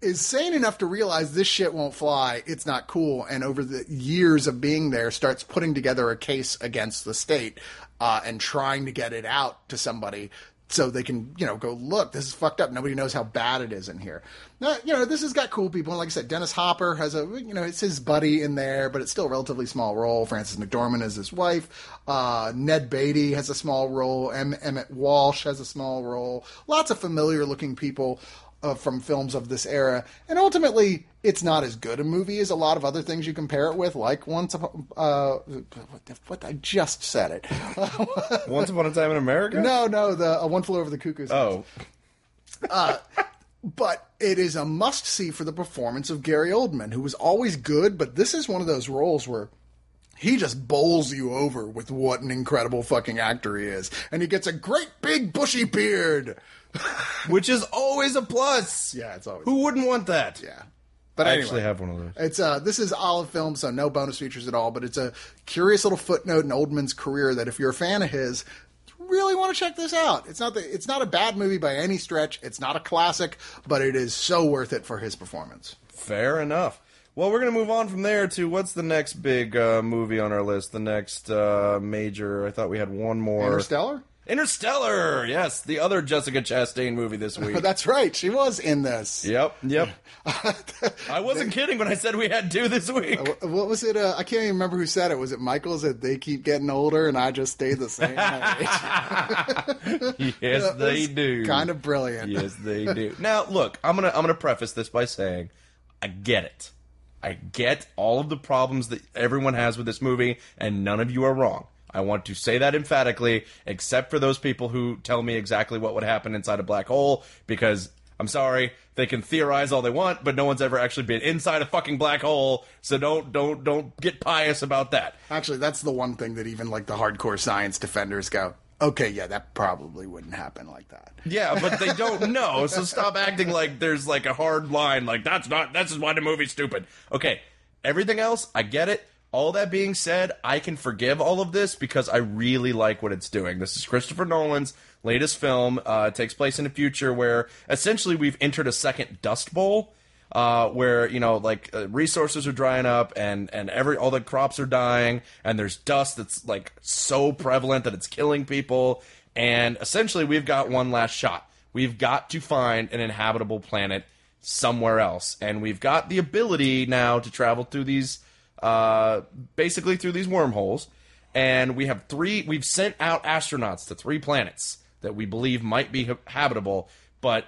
is sane enough to realize this shit won't fly. It's not cool. And over the years of being there, starts putting together a case against the state uh, and trying to get it out to somebody so they can, you know, go look. This is fucked up. Nobody knows how bad it is in here. Now, you know, this has got cool people. And like I said, Dennis Hopper has a, you know, it's his buddy in there, but it's still a relatively small role. Frances McDormand is his wife. Uh, Ned Beatty has a small role. Em- Emmett Walsh has a small role. Lots of familiar looking people uh, from films of this era, and ultimately, it's not as good a movie as a lot of other things you compare it with, like Once Upon. Uh, what, the, what I just said it.
yeah. Once upon a time in America?
no, no, the uh, One Flew Over the Cuckoo's. Nest.
Oh.
but it is a must see for the performance of Gary Oldman, who was always good, but this is one of those roles where he just bowls you over with what an incredible fucking actor he is. And he gets a great big bushy beard.
which is always a plus.
Yeah, it's always
Who wouldn't want that?
yeah. But
I
anyway.
actually have one of those.
It's uh, this is Olive Film, so no bonus features at all. But it's a curious little footnote in Oldman's career that if you're a fan of his, really want to check this out. It's not the, it's not a bad movie by any stretch. It's not a classic, but it is so worth it for his performance.
Fair enough. Well, we're going to move on from there to what's the next big uh, movie on our list? The next uh, major. I thought we had one more.
Interstellar.
Interstellar. Yes, the other Jessica Chastain movie this week.
But that's right, she was in this.
yep, yep. I wasn't kidding when I said we had two this week.
What was it? Uh, I can't even remember who said it. Was it Michael's that they keep getting older and I just stay the same age?
yes,
That
they
was
do.
Kind of brilliant.
Yes, they do. now, look, I'm gonna I'm gonna preface this by saying, I get it. I get all of the problems that everyone has with this movie, and none of you are wrong. I want to say that emphatically, except for those people who tell me exactly what would happen inside a black hole, because I'm sorry, they can theorize all they want, but no one's ever actually been inside a fucking black hole, so don't don't don't get pious about that.
Actually, that's the one thing that even like the hardcore science defenders go, okay, yeah, that probably wouldn't happen like that.
Yeah, but they don't know. So stop acting like there's like a hard line. Like that's not. This is why the movie's stupid. Okay, everything else, I get it. All that being said, I can forgive all of this because I really like what it's doing. This is Christopher Nolan's latest film. Uh, it takes place in a future where essentially we've entered a second Dust Bowl uh, where you know like uh, resources are drying up and and every all the crops are dying and there's dust that's like so prevalent that it's killing people and essentially we've got one last shot we've got to find an inhabitable planet somewhere else and we've got the ability now to travel through these uh, basically through these wormholes and we have three we've sent out astronauts to three planets that we believe might be ha- habitable but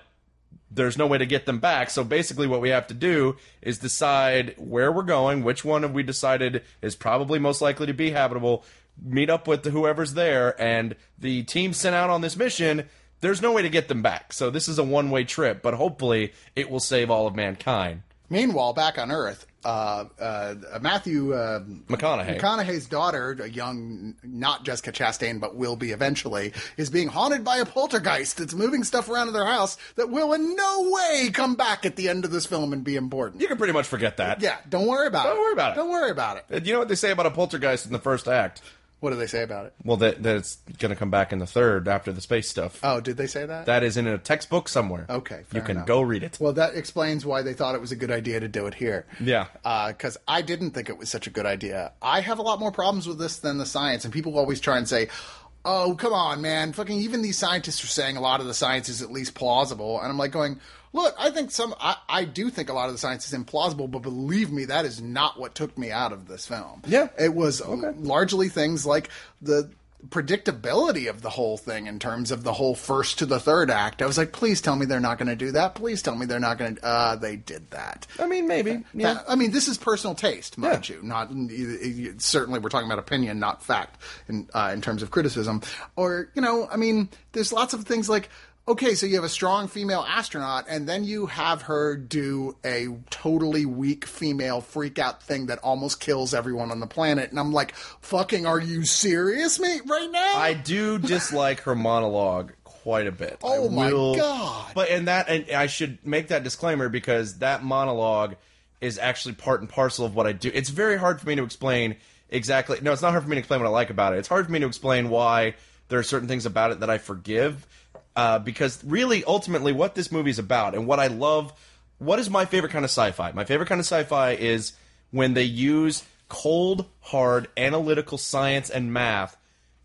there's no way to get them back. So basically, what we have to do is decide where we're going, which one have we decided is probably most likely to be habitable, meet up with whoever's there, and the team sent out on this mission. There's no way to get them back. So this is a one way trip, but hopefully it will save all of mankind.
Meanwhile, back on Earth, uh, uh, Matthew uh,
McConaughey.
McConaughey's daughter, a young, not Jessica Chastain, but will be eventually, is being haunted by a poltergeist that's moving stuff around in their house that will in no way come back at the end of this film and be important.
you can pretty much forget that.
Yeah, don't worry about it.
Don't worry about it.
Don't worry about it.
And You know what they say about a poltergeist in the first act?
What do they say about it?
Well, that, that it's going to come back in the third after the space stuff.
Oh, did they say that?
that is in a textbook somewhere.
Okay,
You
fair
can
enough.
go read it.
Well, that explains why they thought it was a good idea to do it here.
Yeah.
Because I didn't think it was such a good idea. I have a lot more problems with this than the science, and people always try and say, oh, come on, man. Fucking even these scientists are saying a lot of the science is at least plausible. And I'm like, going, look, I think some, I, I do think a lot of the science is implausible, but believe me, that is not what took me out of this film.
Yeah.
It was largely things like the predictability of the whole thing in terms of the whole first to the third act. I was like, please tell me they're not going to do that. Please tell me they're not going to. Uh, they did that.
I mean, maybe. Yeah.
I mean, this is personal taste, mind you. Not certainly, we're talking about opinion, not fact, in uh, in terms of criticism. Or you know, I mean, there's lots of things like. Okay, so you have a strong female astronaut, and then you have her do a totally weak female freak out thing that almost kills everyone on the planet. And I'm like, fucking, are you serious, mate, right now?
I do dislike her monologue quite a bit.
Oh
I
my
will-
God.
But and that and I should make that disclaimer because that monologue is actually part and parcel of what I do. It's very hard for me to explain exactly. No, it's not hard for me to explain what I like about it. It's hard for me to explain why there are certain things about it that I forgive uh, because really ultimately what this movie is about and what I love what is my favorite kind of sci-fi? My favorite kind of sci-fi is when they use cold, hard analytical science and math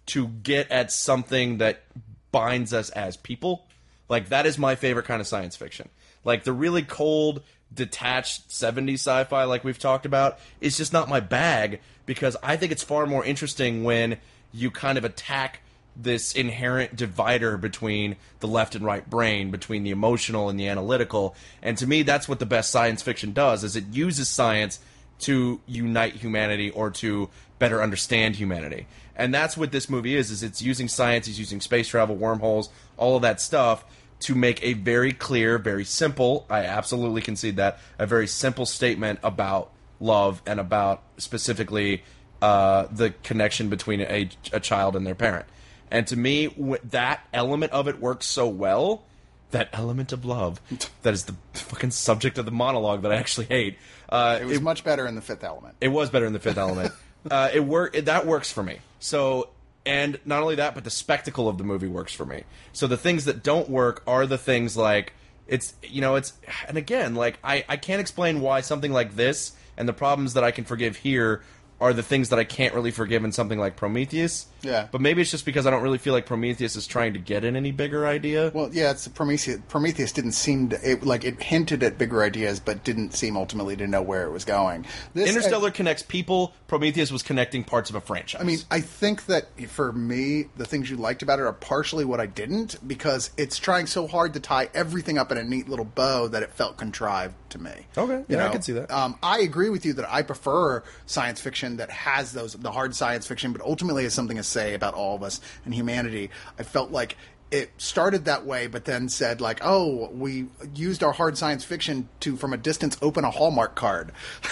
to get at something that binds us as people. Like that is my favorite kind of science fiction. Like the really cold, detached 70s sci-fi like we've talked about is just not my bag because I think it's far more interesting when you kind of attack this inherent divider between the left and right brain, between the emotional and the analytical. And to me that's what the best science fiction does is it uses science to unite humanity or to better understand humanity. And that's what this movie is is it's using science, it's using space travel, wormholes, all of that stuff to make a very clear, very simple, I absolutely concede that, a very simple statement about love and about specifically uh, the connection between a, a child and their parent. And to me, w- that element of it works so well. That element of love, that is the fucking subject of the monologue that I actually hate. Uh,
It was much better in the Fifth Element.
it was better in the Fifth Element. Uh, it work it, that works for me. So, and not only that, but the spectacle of the movie works for me. So the things that don't work are the things like it's you know it's and again like I I can't explain why something like this and the problems that I can forgive here are the things that I can't really forgive in something like Prometheus.
Yeah.
But maybe it's just because I don't really feel like Prometheus is trying to get in any bigger idea.
well, yeah, it's Prometheus. Prometheus didn't seem to it, like it hinted at bigger ideas, but didn't seem ultimately to know where it was going. This,
Interstellar connects people. Prometheus was connecting parts of a franchise.
I mean, I think that for me, the things you liked about it are partially what I didn't because it's trying so hard to tie everything up in a neat little bow that it felt contrived to me.
Okay. Yeah, I can see that.
Um, I agree with you that I prefer science fiction that has those the hard science fiction, but ultimately has something to say about all of us and humanity. I felt like it started that way, but then said like, "Oh, we used our hard science fiction to, from a distance, open a Hallmark card."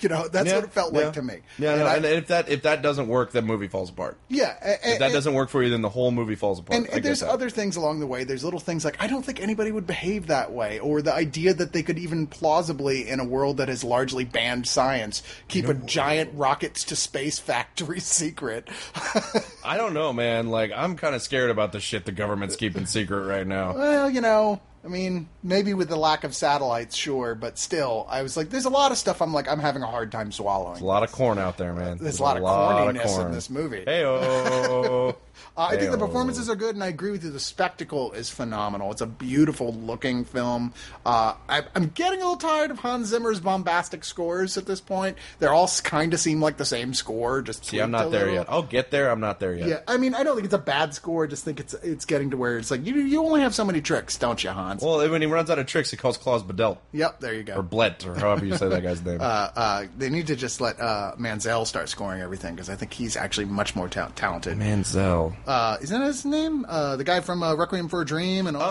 you know, that's
Yeah,
what it felt
yeah.
like to me.
Yeah,
And
no,
I-
and if that if that doesn't work, the movie falls apart.
yeah, a- a-
If that
and-
doesn't work for you, then the whole movie falls apart.
And,
I get
there's
that.
other things along the way. There's little things like I don't think anybody would behave that way, or the idea that they could even plausibly, in a world that has largely banned science, keep a giant rockets to space factory secret.
I don't know, man. Like I'm kind of scared about the shit the government's keeping secret right now.
well, you know, I mean, maybe with the lack of satellites, sure, but still, I was like, there's a lot of stuff. I'm like, I'm having a hard time swallowing.
A lot of corn out there, man.
There's a lot of corniness in this movie.
Hey, oh.
Uh, I think the performances are good, and I agree with you. The spectacle is phenomenal. It's a beautiful looking film. Uh, I, I'm getting a little tired of Hans Zimmer's bombastic scores at this point. They're all kind of seem like the same score. Just
See, I'm
tweaked a
not there
little.
yet. Oh. I'll get there. I'm not there yet.
Yeah, I mean, I don't think it's a bad score. I just think it's it's getting to where it's like you you only have so many tricks, don't you, Hans?
Well, when he runs out of tricks, he calls Claus Bedelt
yep, there you
or
go.
Blett or however you say that guy's name.
Uh, uh, they need to just let uh, Manziel start scoring everything because I think he's actually much more ta- talented.
Manzel.
Uh, isn't that his name? Uh, the guy from uh, Requiem for a Dream and all.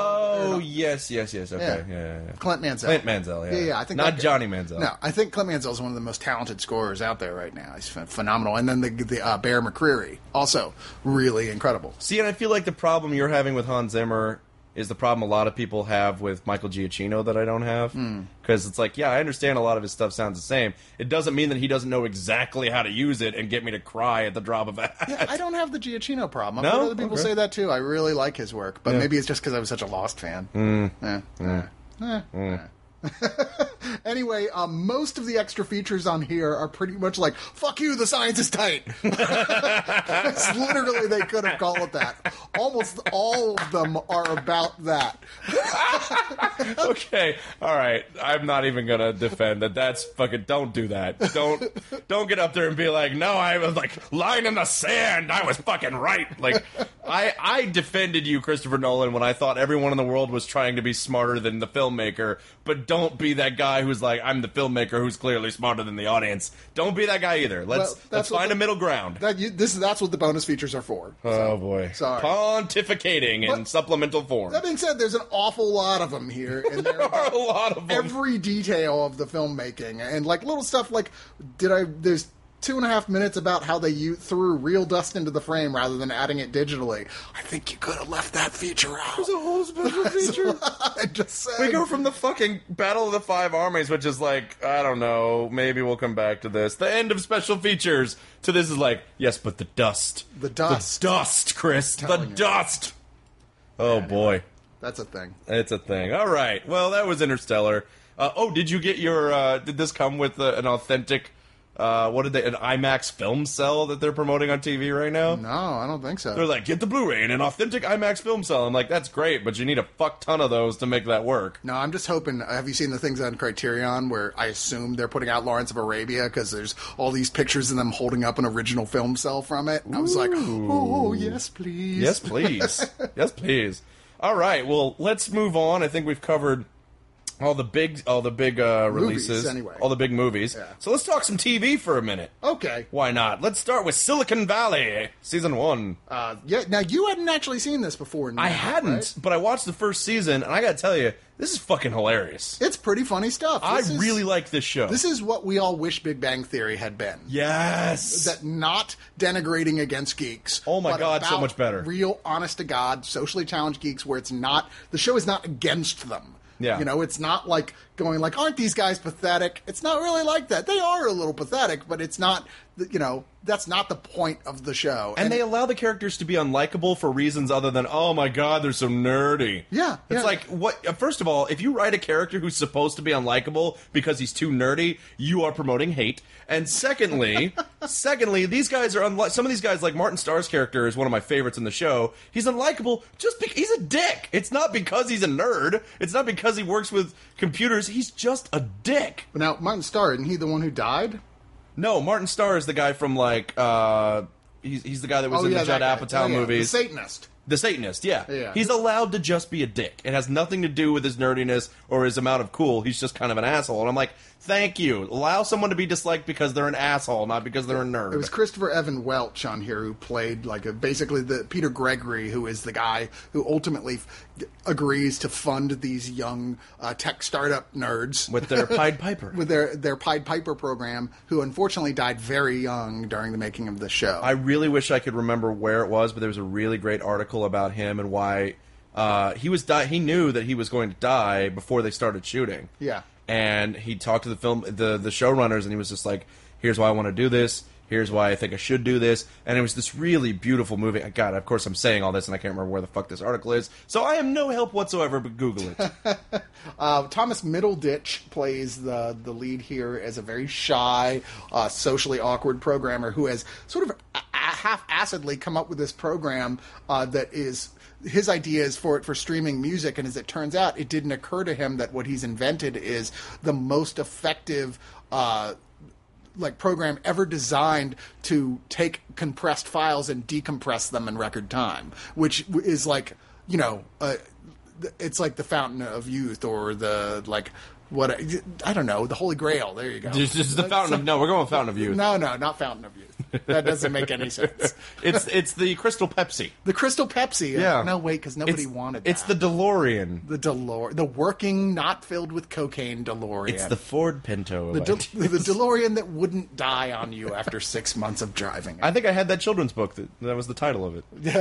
oh yes, yes, yes. Okay,
Yeah.
yeah, yeah, yeah.
Clint Mansell.
Clint Mansell, yeah.
yeah, I think
Not
that guy-
Johnny Mansell.
No, I think Clint Mansell is one of the most talented scorers out there right now. He's ph- phenomenal, and then the the uh, Bear McCreary also really incredible.
See, and I feel like the problem you're having with Hans Zimmer is the problem a lot of people have with Michael Giacchino that I don't have. Because it's like, yeah, I understand a lot of his stuff sounds the same. It doesn't mean that he doesn't know exactly how to use it and get me to cry at the drop of a hat.
I don't have the Giacchino problem. I've
No?
heard other people
Okay.
say that too. I really like his work, but maybe it's just because I was such a Lost fan.
Mm.
Eh, eh, eh, eh. anyway, um, most of the extra features on here are pretty much like "fuck you," the science is tight. It's literally they could have called it that. Almost all of them are about that.
okay, all right. I'm not even gonna defend that. That's fucking. Don't do that. Don't don't get up there and be like, no, I was like lying in the sand. I was fucking right. Like, I I defended you, Christopher Nolan, when I thought everyone in the world was trying to be smarter than the filmmaker. But don't be that guy who's like, I'm the filmmaker who's clearly smarter than the audience. Don't be that guy either. Let's
Well, that's
let's
what
find
the-
a middle ground.
That you, this that's what the bonus features are for.
Oh boy,
Sorry.
pontificating in
But-
supplemental form.
That being said, there's an awful lot of them here, and there
There are a lot of them.
every detail of the filmmaking and like little stuff like did I there's two and a half minutes about how they u- threw real dust into the frame rather than adding it digitally. I think you could have left that feature out.
There's a whole special feature.
I just said
We go from the fucking Battle of the Five Armies, which is like, I don't know, maybe we'll come back to this. The end of special features to this is like, yes, but the dust.
The dust.
The dust, Chris. The
telling you.
dust. Oh, boy.
That's a thing.
It's a thing. All right. Well, that was Interstellar. Uh, oh, did you get your. Uh, did this come with uh, an authentic. Uh, what did they. an IMAX film cell that they're promoting on TV right now?
No, I don't think so.
They're like, get the Blu ray in an authentic IMAX film cell. I'm like, that's great, but you need a fuck ton of those to make that work.
No, I'm just hoping. uh, Have you seen the things on Criterion where I assume they're putting out Lawrence of Arabia because there's all these pictures of them holding up an original film cell from it? And I was like, oh yes, please.
Yes, please. yes, please. All right. Well, let's move on. I think we've covered all the big all the big uh,
Movies,
releases
anyway.
all the big movies.
Yeah. Oh.
So let's talk some TV for a minute.
Okay.
Why not? Let's start with Silicon Valley season one.
Uh, yeah. Now you hadn't actually seen this before.
I
now,
hadn't,
right?
but I watched the first season, and I gotta tell you, this is fucking hilarious.
It's pretty funny stuff.
I
This is-
really like this show.
This is what we all wish Big Bang Theory had been.
yes,
That not denigrating against geeks.
Oh my
but
God, so
about
much better.
Real, honest to God, socially challenged geeks, where it's not the show is not against them.
Yeah.
you know, it's not like going like, aren't these guys pathetic? It's not really like that. They are a little pathetic, but it's not. You know, that's not the point of the show.
and they allow the characters to be unlikable for reasons other than oh my god they're so nerdy
Yeah,
it's
yeah.
like what uh, first of all if you write a character who's supposed to be unlikable because he's too nerdy you are promoting hate and secondly secondly these guys are unlike some of these guys like martin starr's character is one of my favorites in the show he's unlikable just because he's a dick it's not because he's a nerd it's not because he works with computers he's just a dick
But now Martin Starr isn't he the one who died?
no martin starr is the guy from like uh He's, he's the guy that was in the Judd
that guy.
Apatow
Oh, yeah,
movies.
The Satanist.
The Satanist, yeah.
Yeah.
He's allowed to just be a dick. It has nothing to do with his nerdiness or his amount of cool. He's just kind of an asshole. And I'm like, thank you. Allow someone to be disliked because they're an asshole, not because they're a nerd.
It was Christopher Evan Welch on here who played like a, basically the Peter Gregory, who is the guy who ultimately f- agrees to fund these young uh, tech startup nerds
with their Pied Piper.
with their their Pied Piper program, who unfortunately died very young during the making of the show.
I really wish I could remember where it was, but there was a really great article about him and why uh, he was di- he knew that he was going to die before they started shooting.
Yeah.
and he talked to the film the the showrunners, and he was just like, "Here's why I want to do this. Here's why I think I should do this." And it was this really beautiful movie. God, of course, I'm saying all this, and I can't remember where the fuck this article is, so I am no help whatsoever. But Google it.
Uh, Thomas Middleditch plays the the lead here as a very shy, uh, socially awkward programmer who has sort of a- a- half-assedly come up with this program uh, that is his idea is for it for streaming music, and as it turns out, it didn't occur to him that what he's invented is the most effective. Uh, like program ever designed to take compressed files and decompress them in record time, which w- is like you know, uh, th- it's like the fountain of youth or the like what I don't know, the holy grail. There you go.
This is the fountain of no. We're going with fountain of youth.
No, no, not fountain of youth. That doesn't make any sense.
It's it's the Crystal Pepsi.
The crystal Pepsi. uh,
Yeah.
No, wait, because nobody
It's-
wanted.
It's the
that.
DeLorean.
the Delore, the working, not filled with cocaine DeLorean.
It's the Ford Pinto.
the,
of
De- the DeLorean that wouldn't die on you after six months of driving. it.
I think I had that children's book that that was the title of it. The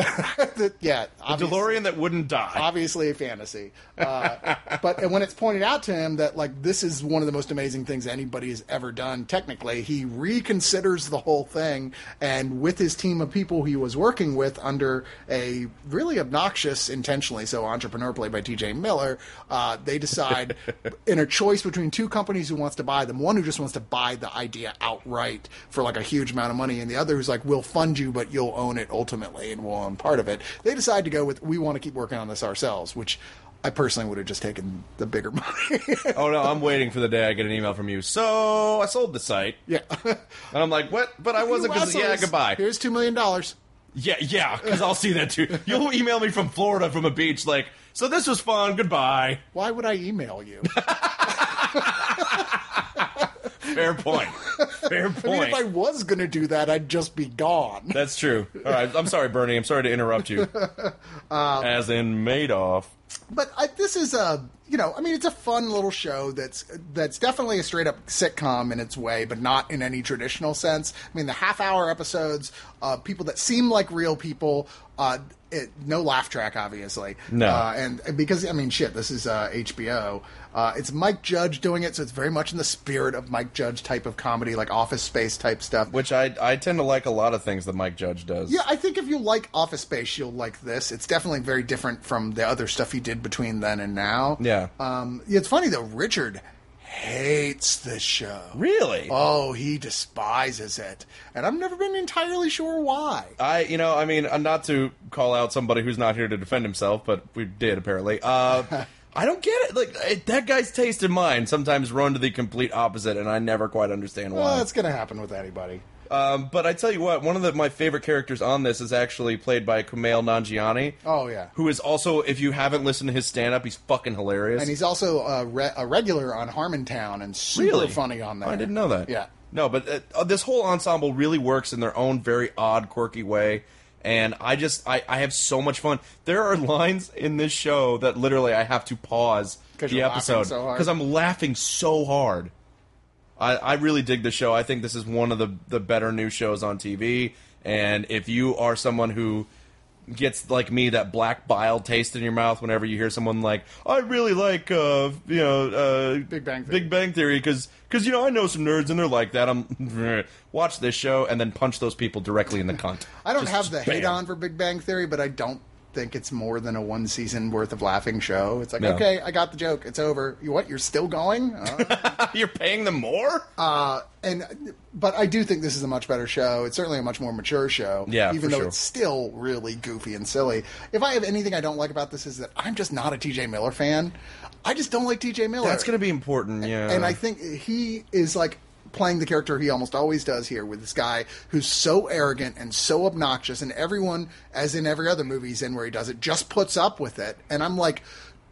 The- yeah, obviously,
DeLorean that wouldn't die.
obviously a fantasy. Uh, but and when it's pointed out to him that like this is one of the most amazing things anybody has ever done, technically, he reconsiders the whole thing. And with his team of people he was working with under a really obnoxious, intentionally so entrepreneur played by T.J. Miller, uh, they decide in a choice between two companies who wants to buy them, one who just wants to buy the idea outright for like a huge amount of money, and the other who's like, we'll fund you, but you'll own it ultimately, and we'll own part of it. They decide to go with, we want to keep working on this ourselves, which I personally would have just taken the bigger money.
Oh no, I'm waiting for the day I get an email from you. So I sold the site,
yeah.
and I'm like, what? But I wasn't. Cause, yeah,
Russell's,
goodbye.
Here's $2 million.
yeah, yeah, because I'll see that too. You'll email me from Florida from a beach, like, so this was fun. Goodbye.
Why would I email you?
Fair point. Fair
I mean,
point.
if I was going to do that, I'd just be gone.
That's true. All right, I'm sorry, Bernie. I'm sorry to interrupt you.
Um,
As in Madoff.
but I, this is a you know I mean it's a fun little show that's that's definitely a straight up sitcom in its way, but not in any traditional sense. I mean the half hour episodes, uh, people that seem like real people. Uh, it, no laugh track, obviously.
No.
Uh, and and because I mean, shit, this is uh, HBO. Uh, it's Mike Judge doing it, so it's very much in the spirit of Mike Judge type of comedy, like Office Space type stuff.
Which I I tend to like a lot of things that Mike Judge does.
Yeah, I think if you like Office Space, you'll like this. It's definitely very different from the other stuff he did between then and now.
Yeah.
Um, it's funny though. Richard hates this show.
Really?
Oh, he despises it, and I've never been entirely sure why.
I, you know, I mean, uh, not to call out somebody who's not here to defend himself, but we did apparently. Uh, I don't get it. Like it, that guy's taste and mine sometimes run to the complete opposite, and I never quite understand why.
Well, that's gonna happen with anybody.
Um, but I tell you what, one of the, my favorite characters on this is actually played by Kumail Nanjiani.
Oh, yeah.
who is also, if you haven't listened to his stand up, he's fucking hilarious.
And he's also a, re- a regular on Harmontown and super
really Oh,
funny on that.
I didn't know that.
Yeah.
No, but uh, this whole ensemble really works in their own very odd, quirky way. And I just, I, I have so much fun. There are lines in this show that literally I have to pause
'Cause
the
you're laughing
episode
so hard.
I'm laughing so hard. I, I really dig the show. I think this is one of the the better new shows on TV. And if you are someone who gets like me that black bile taste in your mouth whenever you hear someone like I really like uh you know uh
Big Bang Theory.
Big Bang Theory cuz cuz you know I know some nerds and they're like that I'm watch this show and then punch those people directly in the cunt.
I don't
Just-
have
just
the hate
bam.
on for Big Bang Theory, but I don't think it's more than a one season worth of laughing show. It's like,
No.
okay, I got the joke. It's over. You what? You're still going? Uh,
You're paying them more?
uh, and but I do think this is a much better show. It's certainly a much more mature show.
Yeah,
even
for
though
sure.
it's still really goofy and silly. If I have anything I don't like about this is that I'm just not a TJ Miller fan. I just don't like TJ Miller.
That's going to be important, yeah.
And I think he is like playing the character he almost always does here with this guy who's so arrogant and so obnoxious and everyone as in every other movie he's in where he does it just puts up with it and I'm like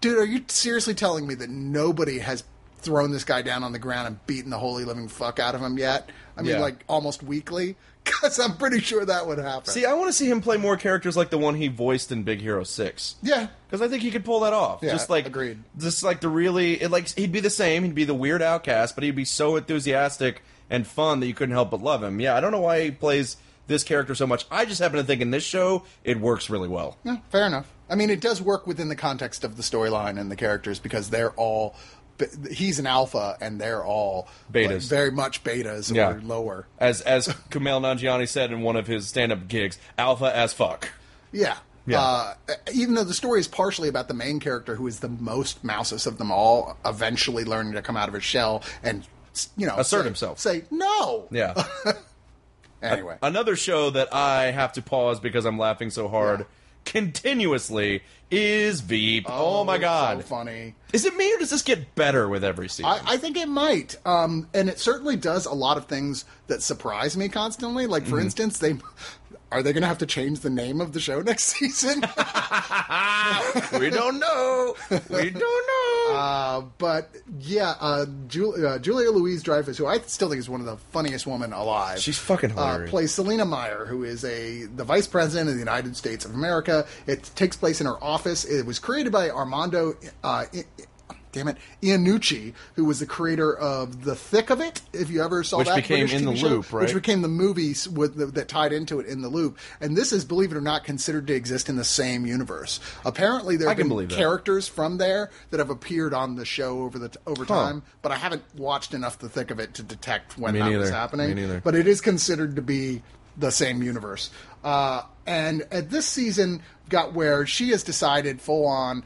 dude are you seriously telling me that nobody has thrown this guy down on the ground and beaten the holy living fuck out of him yet I mean
Yeah.
like almost weekly cuz I'm pretty sure that would happen
See, I want to see him play more characters like the one he voiced in Big Hero 6.
yeah
Because I think he could pull that off.
Yeah,
just like
agreed.
Just like the really, it like he'd be the same. He'd be the weird outcast, but he'd be so enthusiastic and fun that you couldn't help but love him. Yeah, I don't know why he plays this character so much. I just happen to think in this show it works really well.
Yeah, Hmm, fair enough. I mean, it does work within the context of the storyline and the characters because they're all. b- He's an alpha, and they're all
Betas.
like, very much betas
Yeah.
or lower.
As as Kumail Nanjiani said in one of his stand up gigs, alpha as fuck.
Yeah.
Yeah.
Uh, even though the story is partially about the main character, who is the most mousus of them all, eventually learning to come out of his shell and you know
Assert
say-
himself.
Say no.
Yeah.
Anyway.
Another show that I have to pause because I'm laughing so hard
Yeah.
continuously is Veep. Oh, my god.
So funny.
Is it me or does this get better with every season?
I, I think it might, um, and it certainly does a lot of things that surprise me constantly. Like,
Mm-hmm.
for instance, they are they going to have to change the name of the show next season?
we don't know. We don't know.
uh, but yeah, uh, Jul- uh, Julia Louise Dreyfus, who I still think is one of the funniest women alive,
She's fucking
uh,
hilarious.
plays Selena Meyer, who is a the vice president of the United States of America. It takes place in her office. It was created by Armando. Uh, I- I- Damn it, Iannucci, who was the creator of The Thick of It, if you ever saw
Which
that
became
British
In
TV
the
show,
Loop, right?
which became the movies with the, that tied into it in the loop. And this is, believe it or not, considered to exist in the same universe. Apparently, there
I
have
can
been
believe that.
characters from there that have appeared on the show over the over time, but I haven't watched enough The Thick of It to detect when
Me
that was
neither.
happening.
Me neither.
But it is considered to be the same universe. Uh, and at this season, got where she has decided full on,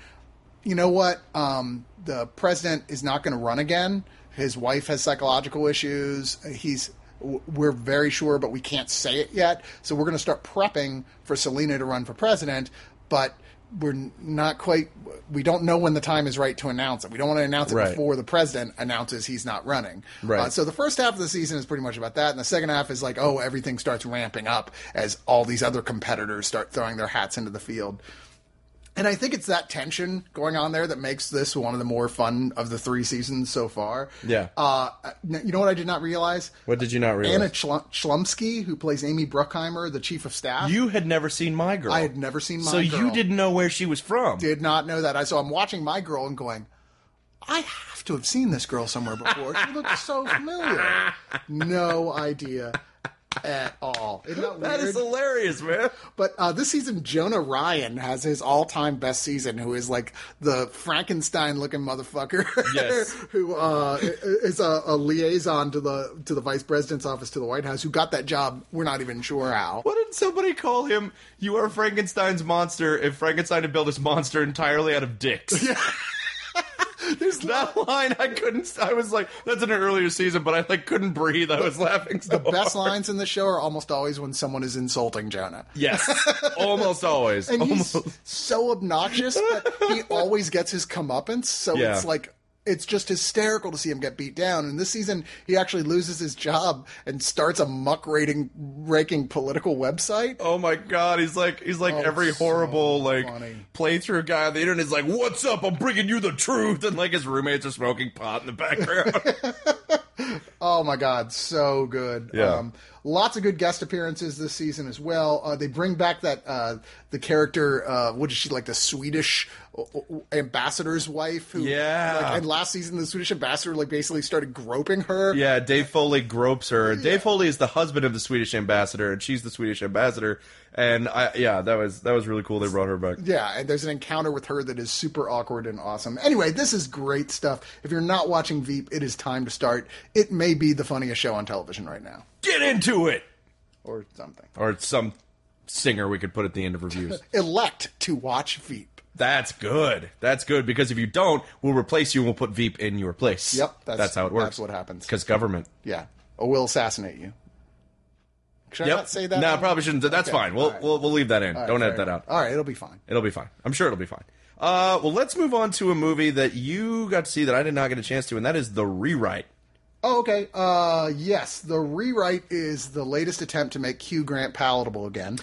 you know what? Um, the president is not going to run again. His wife has psychological issues. He's w- we're very sure, but we can't say it yet. So we're going to start prepping for Selena to run for president, but. We're n- not quite. We don't know when the time is right to announce it. We don't want to announce it
Right.
before the president announces he's not running.
Right.
Uh, so the first half of the season is pretty much about that, and the second half is like, oh, everything starts ramping up as all these other competitors start throwing their hats into the field. And I think it's that tension going on there that makes this one of the more fun of the three seasons so far.
Yeah.
Uh, you know what I did not realize?
what did you not realize?
Anna Chl- Chlumsky, who plays Amy Bruckheimer, the chief of staff.
you had never seen My Girl.
I had never seen my
So
girl.
you didn't know where she was from.
did not know that. I so I'm watching my girl and going, I have to have seen this girl somewhere before. She looks so familiar. No idea at all. Isn't that,
That
weird?
is hilarious, man.
But uh, this season, Jonah Ryan has his all-time best season, who is like the Frankenstein-looking motherfucker,
Yes.
who uh, i- is a, a liaison to the to the vice president's office to the White House, who got that job. We're not even sure how.
What did somebody call him? You are Frankenstein's monster if Frankenstein had built his monster entirely out of dicks.
There's
That line I couldn't. I was like, that's in an earlier season, but I like couldn't breathe. I was laughing. So
the best
hard.
lines in the show are almost always when someone is insulting Jonah.
Yes, almost always.
and
almost.
he's so obnoxious that he always gets his comeuppance. So
Yeah.
it's like it's just hysterical to see him get beat down. And this season, he actually loses his job and starts a muck rating, raking political website.
Oh my god, he's like he's like
Oh,
every
so
horrible like
funny.
playthrough guy on the internet is like, "What's up? I'm bringing you the truth." And like his roommates are smoking pot in the background.
Oh my God, so good. Um,
Yeah.
lots of good guest appearances this season as well. Uh, they bring back that uh, the character, uh, what is she like, the Swedish uh, uh, ambassador's wife? Who,
Yeah.
like, and last season, the Swedish ambassador like basically started groping her.
yeah, Dave Foley gropes her. Dave Foley is the husband of the Swedish ambassador, and she's the Swedish ambassador. And I yeah, that was that was really cool. They brought her back.
Yeah, and there's an encounter with her that is super awkward and awesome. Anyway, this is great stuff. If you're not watching Veep, it is time to start. It may be the funniest show on television right now,
Get into it,
or something.
or some singer we could put at the end of reviews.
Elect to watch Veep.
That's good. That's good because if you don't, we'll replace you and we'll put Veep in your place.
Yep, that's-
how it works.
that's what happens.
Because government.
Yeah, or we'll assassinate you. Should I
Yep.
not say that?
No, I probably shouldn't. That's
Okay,
fine. We'll,
all right.
we'll we'll leave that in.
All right,
Don't
fair
edit that
enough.
out.
All right, it'll be fine.
It'll be fine. I'm sure it'll be fine. Uh, well, let's move on to a movie that you got to see that I did not get a chance to, and that is The Rewrite.
Oh, okay. Uh, yes, the rewrite is the latest attempt to make Hugh Grant palatable again.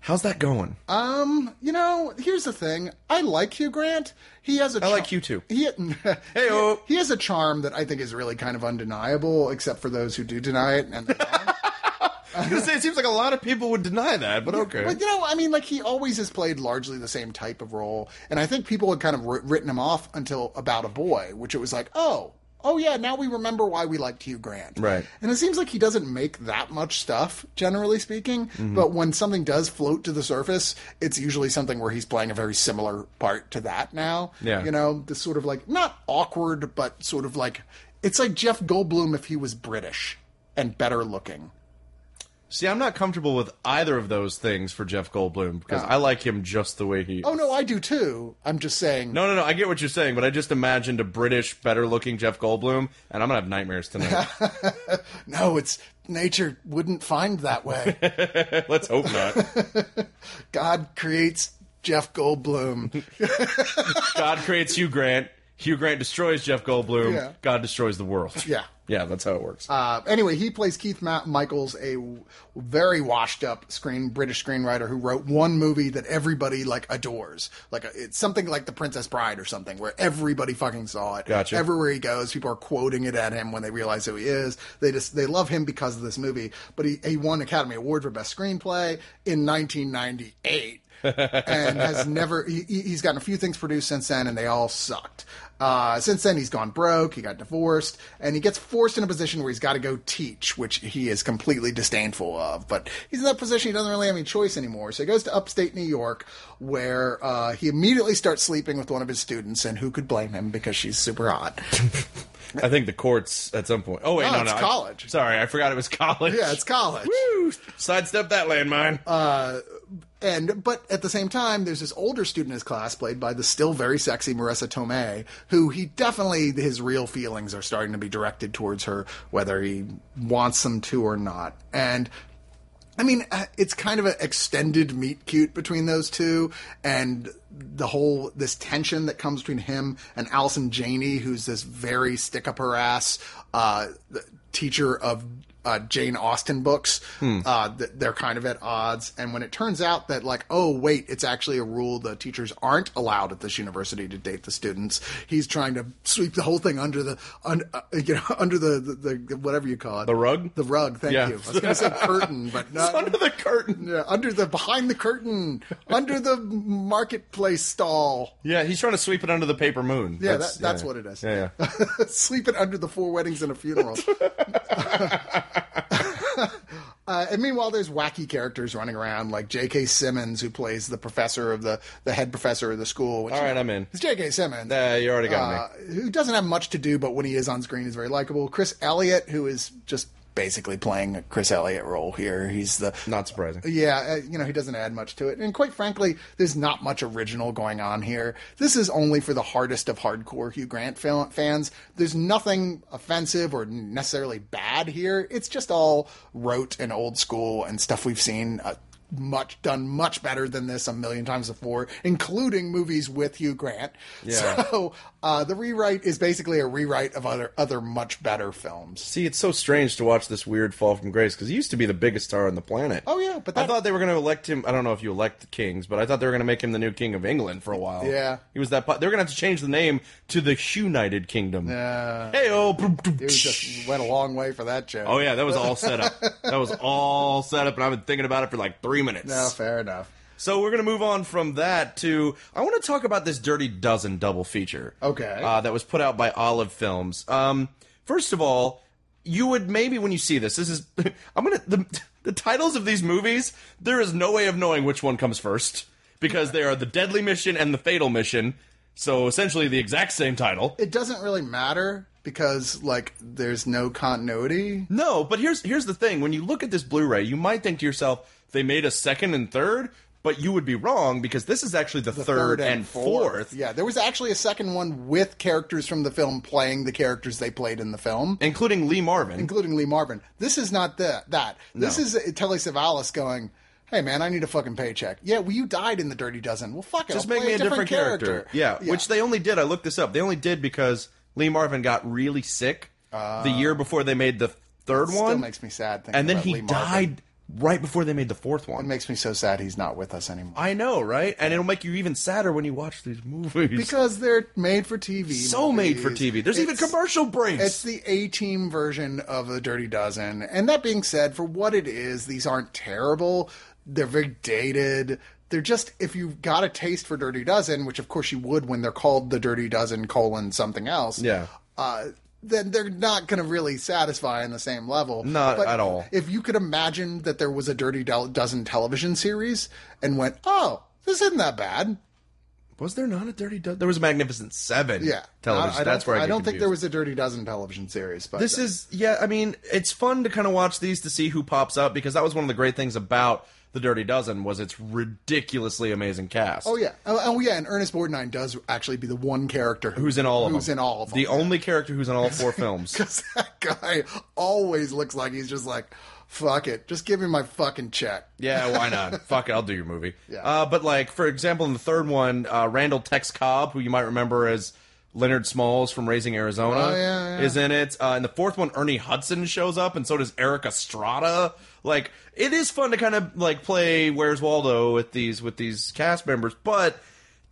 How's that going?
Um, you know, here's the thing. I like Hugh Grant. He has a. I
like Hugh too.
He,
Heyo.
he has a charm that I think is really kind of undeniable, except for those who do deny it. And
I was gonna say it seems like a lot of people would deny that, but okay.
But you know, I mean, like he always has played largely the same type of role, and I think people had kind of wr- written him off until About a Boy, which it was like, oh, oh yeah, now we remember why we liked Hugh Grant,
Right.
And it seems like he doesn't make that much stuff, generally speaking.
Mm-hmm.
But when something does float to the surface, it's usually something where he's playing a very similar part to that now.
Yeah.
you know, this sort of like not awkward, but sort of like it's like Jeff Goldblum if he was British and better looking.
See, I'm not comfortable with either of those things for Jeff Goldblum because I like him just the way he.
Oh no, I do too. I'm just saying.
No, no, no. I get what you're saying, but I just imagined a British, better-looking Jeff Goldblum, and I'm gonna have nightmares tonight.
No, it's nature wouldn't find that way.
Let's hope not.
God creates Jeff Goldblum.
God creates Hugh Grant. Hugh Grant destroys Jeff Goldblum.
Yeah.
God destroys the world.
Yeah.
Yeah, that's how it works.
Uh, anyway, he plays Keith Ma- Michaels, a w- very washed-up screen British screenwriter who wrote one movie that everybody like adores, like a, it's something like The Princess Bride or something, where everybody fucking saw it.
Gotcha.
Everywhere he goes, people are quoting it at him when they realize who he is. They just they love him because of this movie. But he, he won Academy Award for Best Screenplay in 1998. and has never he, he- he's gotten a few things produced since then and they all sucked uh, since then he's gone broke he got divorced and he gets forced in a position where he's got to go teach which he is completely disdainful of but he's in that position he doesn't really have any choice anymore so he goes to upstate new york where uh, he immediately starts sleeping with one of his students and who could blame him because she's super hot
I think the courts at some point. Oh wait,
No,
no,
it's
no, I-
college.
sorry, I forgot it was college.
yeah it's Uh, college
Woo! Sidestep that landmine.
and but at the same time, there's this older student in his class, played by the still very sexy Marissa Tomei, who he definitely his real feelings are starting to be directed towards her, whether he wants them to or not. And I mean, uh, it's kind of an extended meet cute between those two, and the whole this tension that comes between him and Allison Janey, who's this very stick up her ass uh, th- teacher of uh, Jane Austen books.
Hmm.
Uh, th- they're kind of at odds, and when it turns out that like, oh wait, it's actually a rule the teachers aren't allowed at this university to date the students, he's trying to sweep the whole thing under the un- uh, you know under the, the, the whatever you call it
The rug?
the rug. Thank
Yeah.
you. I was going to say curtain, but
it's
not
under the curtain.
yeah, under the behind the curtain, under the marketplace stall.
Yeah, he's trying to sweep it under the paper moon.
Yeah, that, that's what it is.
Yeah, yeah.
Sleeping under the four weddings and a funeral. Uh, and meanwhile, there's wacky characters running around, like J.K. Simmons, who plays the professor of the the head professor of the school. Which
All right, I'm in.
It's J.K. Simmons.
Uh, you already got me.
uh, who doesn't have much to do, but when he is on screen, is very likable. Chris Elliott, who is just basically playing a Chris Elliott role here. He's the
Not surprising.
yeah, uh, you know, he doesn't add much to it. And quite frankly, there's not much original going on here. This is only for the hardest of hardcore Hugh Grant fa- fans. There's nothing offensive or necessarily bad here. It's just all rote and old school and stuff we've seen a much done much better than this a million times before, including movies with Hugh Grant.
Yeah.
So uh, the rewrite is basically a rewrite of other other much better films.
See, it's so strange to watch this weird fall from grace because he used to be the biggest star on the planet.
Oh, yeah, but
I
that-
thought they were going to elect him. I don't know if you elect the kings, but I thought they were going to make him the new king of England for a while.
Yeah.
he was that. Po- they were going to have to change the name to the United Kingdom.
Yeah.
Hey, oh,
It was just went a long way for that joke.
oh yeah, that was all set up. that was all set up, and I've been thinking about it for like three minutes.
No, fair enough.
So we're gonna move on from that to I want to talk about this Dirty Dozen double feature.
Okay.
Uh, that was put out by Olive Films. Um, first of all, you would maybe when you see this, this is I'm gonna the the titles of these movies. There is no way of knowing which one comes first because they are the Deadly Mission and the Fatal Mission. So essentially the exact same title.
It doesn't really matter because like there's no continuity.
No, but here's here's the thing. When you look at this Blu-ray, you might think to yourself, they made a second and third, but you would be wrong because this is actually the, third, and, fourth.
Yeah, there was actually a second one with characters from the film playing the characters they played in the film,
including Lee Marvin.
including Lee Marvin. This is not that. That this is Telly Savalas going. Hey man, I need a fucking paycheck. Yeah, well, you died in the Dirty Dozen. Well, fuck it.
Just
I'll
make
play
me a different, character. Yeah, which they only did. I looked this up. They only did because Lee Marvin got really sick the year before they made the third
Ah. still
one,
makes me sad. Thinking
and then
about
he
Lee Marvin.
died right before they made the fourth one.
It makes me so sad he's not with us anymore
I know, right? And it'll make you even sadder when you watch these movies.
because they're made for TV.
so made for TV. There's even commercial
commercial.
breaks.
It's the A team version of the Dirty Dozen. And that being said, for what it is, these aren't terrible. They're very dated. They're just if you've got a taste for Dirty Dozen, which of course you would when they're called the Dirty Dozen colon something else.
Yeah.
Uh, then they're not going to really satisfy on the same level.
Not at all.
If you could imagine that there was a Dirty Do- Dozen television series and went, oh, this isn't that bad.
was there not a Dirty Dozen? There was a Magnificent Seven.
Yeah.
television.
I, I
That's
don't,
where I,
I
get
don't think there
confused.
was a Dirty Dozen television series. But uh,
This is yeah. I mean, it's fun to kind of watch these to see who pops up because that was one of the great things about the Dirty Dozen was its ridiculously amazing cast.
Oh yeah, oh, oh, yeah, and Ernest Borgnine does actually be the one character who-
Who's in all of them?
who's in all of them.
The only character who's in all four films.
because that guy always looks like he's just like, fuck it, just give me my fucking check.
Yeah, why not? Fuck it, I'll do your movie.
Yeah.
Uh, but like, for example, in the third one, uh, Randall Tex Cobb, who you might remember as Leonard Smalls from Raising Arizona,
Oh, yeah, yeah.
is in it. Uh, in the fourth one, Ernie Hudson shows up, and so does Eric Estrada. Like, it is fun to kind of like play Where's Waldo with these with these cast members, but.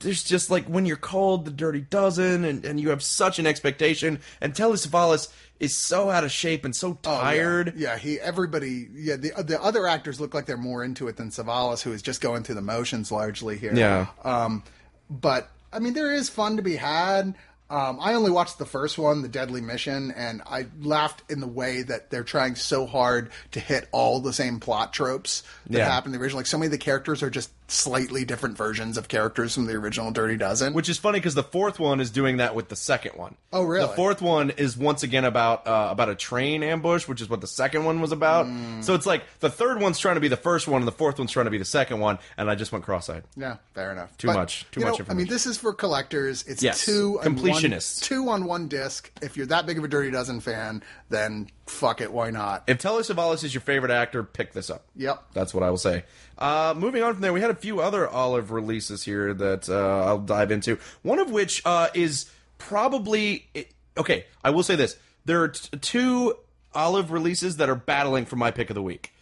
There's just like when you're called the Dirty Dozen, and, and you have such an expectation. And Telly Savalas is so out of shape and so
Oh, yeah.
tired.
Yeah. he. Everybody. Yeah, the the other actors look like they're more into it than Savalas, who is just going through the motions largely here.
Yeah.
Um, but I mean, there is fun to be had. Um, I only watched the first one, The Deadly Mission, and I laughed in the way that they're trying so hard to hit all the same plot tropes that
Yeah.
happened in the original. Like so many of the characters are just slightly different versions of characters from the original Dirty Dozen.
which is funny because the fourth one is doing that with the second one.
Oh, really?
The fourth one is once again about uh, about a train ambush, which is what the second one was about.
Mm.
So it's like the third one's trying to be the first one, and the fourth one's trying to be the second one, and I just went cross-eyed.
Yeah, fair enough.
Too much. Too
you
much
know, I mean,
information.
this is for collectors. It's
Yes.
two on one-
Completionists.
two on one disc. If you're that big of a Dirty Dozen fan, then fuck it. Why not?
If Telly Savalas is your favorite actor, pick this up.
Yep.
That's what I will say. Uh, moving on from there, we had a few other Olive releases here that uh, I'll dive into. One of which uh, is probably. It, okay, I will say this. There are t- two Olive releases that are battling for my pick of the week.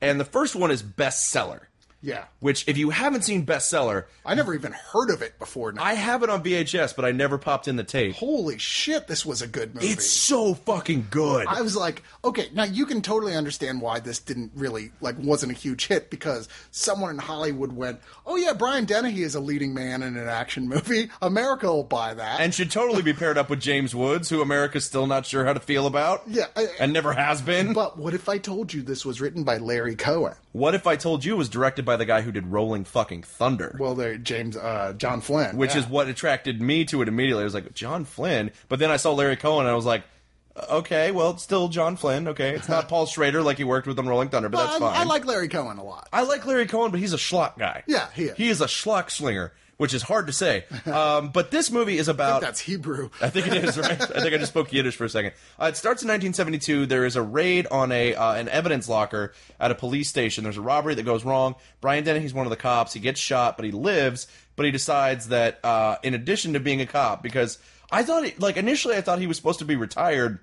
And the first one is Bestseller,
yeah,
which, if you haven't seen Bestseller,
I never even heard of it before. Now.
I have it on VHS, but I never popped in the tape.
Holy shit, this was a good movie.
It's so fucking good.
I was like, okay, now you can totally understand why this didn't really like wasn't a huge hit because someone in Hollywood went, "Oh yeah, Brian Dennehy is a leading man in an action movie. America will buy that."
and should totally be paired up with James Woods, who America's still not sure how to feel about.
Yeah, I-
and never has been.
but what if I told you this was written by Larry Cohen?
what if I told you it was directed by the guy who did Rolling Fucking Thunder?
Well, there, James uh, John Flynn,
which
yeah.
is what attracted me to it immediately. I was like, John Flynn. But then I saw Larry Cohen and I was like, okay, well, it's still John Flynn. Okay. It's not Paul Schrader like he worked with on Rolling Thunder, but
Well,
that's
I,
fine.
I like Larry Cohen a lot.
I like Larry Cohen, but he's a schlock guy.
Yeah, he is.
He is a schlock slinger. which is hard to say. Um, but this movie is
I
about
think that's Hebrew.
I think it is right. I think I just spoke Yiddish for a second. Uh, it starts in 1972. There is a raid on a uh, an evidence locker at a police station. There's a robbery that goes wrong. Brian Dennehy's one of the cops. He gets shot, but he lives. But he decides that uh, in addition to being a cop, because I thought he, like initially I thought he was supposed to be retired.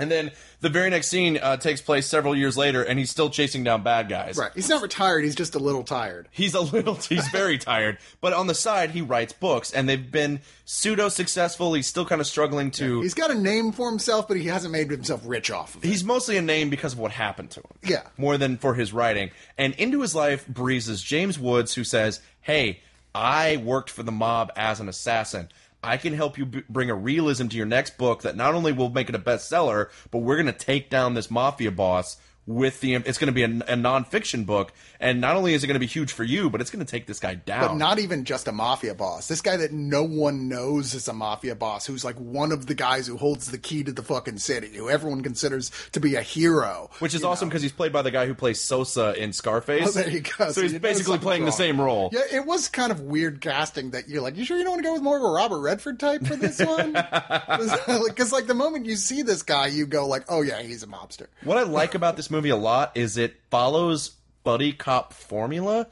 And then the very next scene uh, takes place several years later, and he's still chasing down bad guys.
Right. He's not retired. He's just a little tired.
He's a little, he's very tired. But on the side, he writes books, and they've been pseudo successful. He's still kind of struggling to.
He's got a name for himself, but he hasn't made himself rich off of it.
He's mostly a name because of what happened to him.
Yeah.
More than for his writing. And into his life breezes James Woods, who says, Hey, I worked for the mob as an assassin. I can help you b- bring a realism to your next book that not only will make it a bestseller, but we're going to take down this mafia boss with the. It's going to be a, a nonfiction book. And not only is it going to be huge for you, but it's going to take this guy down.
But not even just a mafia boss. This guy that no one knows is a mafia boss, who's like one of the guys who holds the key to the fucking city, who everyone considers to be a hero.
Which is awesome because he's played by the guy who plays Sosa in Scarface.
Oh, there you go.
So he's
you know
basically
something's
playing the
wrong.
same role.
Yeah, it was kind of weird casting that you're like, you sure you don't want to go with more of a Robert Redford type for this one? Because like the moment you see this guy, you go like, oh yeah, he's a mobster.
What I like about this movie a lot is it follows buddy cop formula,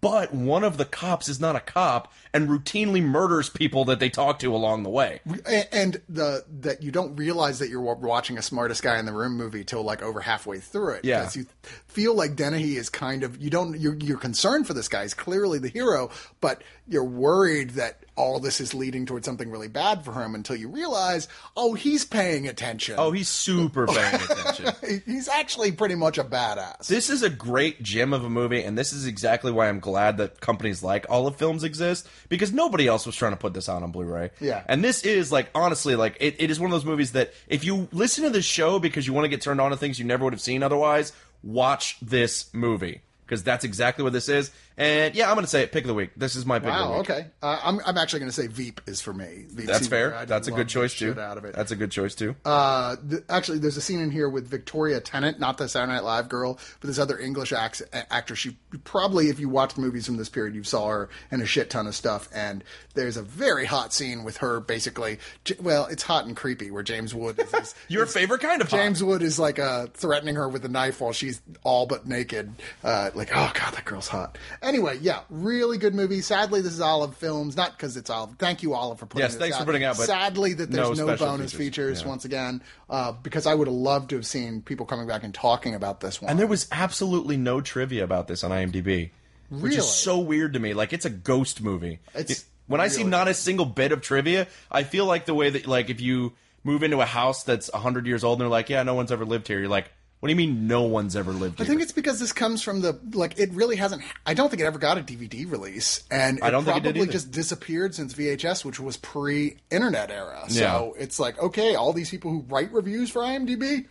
but one of the cops is not a cop and routinely murders people that they talk to along the way.
A- and the that you don't realize that you're wa- watching a smartest guy in the room movie till like over halfway through it.
Yeah.
'Cause you feel like Dennehy is kind of you don't you're, you're concerned for this guy. He's clearly the hero, but you're worried that all this is leading towards something really bad for him until you realize, oh, he's paying attention.
Oh, he's super paying attention.
He- he's actually pretty much a badass.
This is a great gem of a movie, and this is exactly why I'm glad that companies like Olive Films exist because nobody else was trying to put this out on Blu-ray.
Yeah.
and this is like honestly, like it, it is one of those movies that if you listen to this show because you want to get turned on to things you never would have seen otherwise, watch this movie because that's exactly what this is. And yeah, I'm gonna say it. Pick of the week. This is my pick. of the
Wow.
week.
Okay. Uh, I'm I'm actually going to say Veep is for me. Veep
That's
seemed- I
fair. That's a
love
good
the
choice too.
shit Out of it.
That's a good choice too.
Uh, th- actually, there's a scene in here with Victoria Tennant, not the Saturday Night Live girl, but this other English act- actor. She probably, if you watched movies from this period, you saw her in a shit ton of stuff. And there's a very hot scene with her, basically. J- well, it's hot and creepy, where James Wood is. is
Your
is-
favorite kind of hot.
James Wood is like uh, threatening her with a knife while she's all but naked. Uh, like, oh god, that girl's hot. Anyway, yeah, really good movie. Sadly, this is Olive Films, not because it's Olive. Thank you, Olive, for putting.
Yes,
this
thanks for
out.
putting it out, but
sadly, that
no
there's no,
special
bonus
features.
features.
Yeah.
Once again, uh, because I would have loved to have seen people coming back and talking about this one.
And there was absolutely no trivia about this on IMDb, which
Really?
is so weird to me. Like it's a ghost movie.
It's
It- when I see
really
not a single bit of trivia, I feel like the way that like if you move into a house that's hundred years old and they're like, yeah, no one's ever lived here. You're like, what do you mean no one's ever lived
I
here?
think it's because this comes from the like it really hasn't. I don't think it ever got a DVD release, and it
I don't think
probably
it did either.
just disappeared since VHS, which was pre-internet era. So
Yeah.
it's like okay, all these people who write reviews for IMDb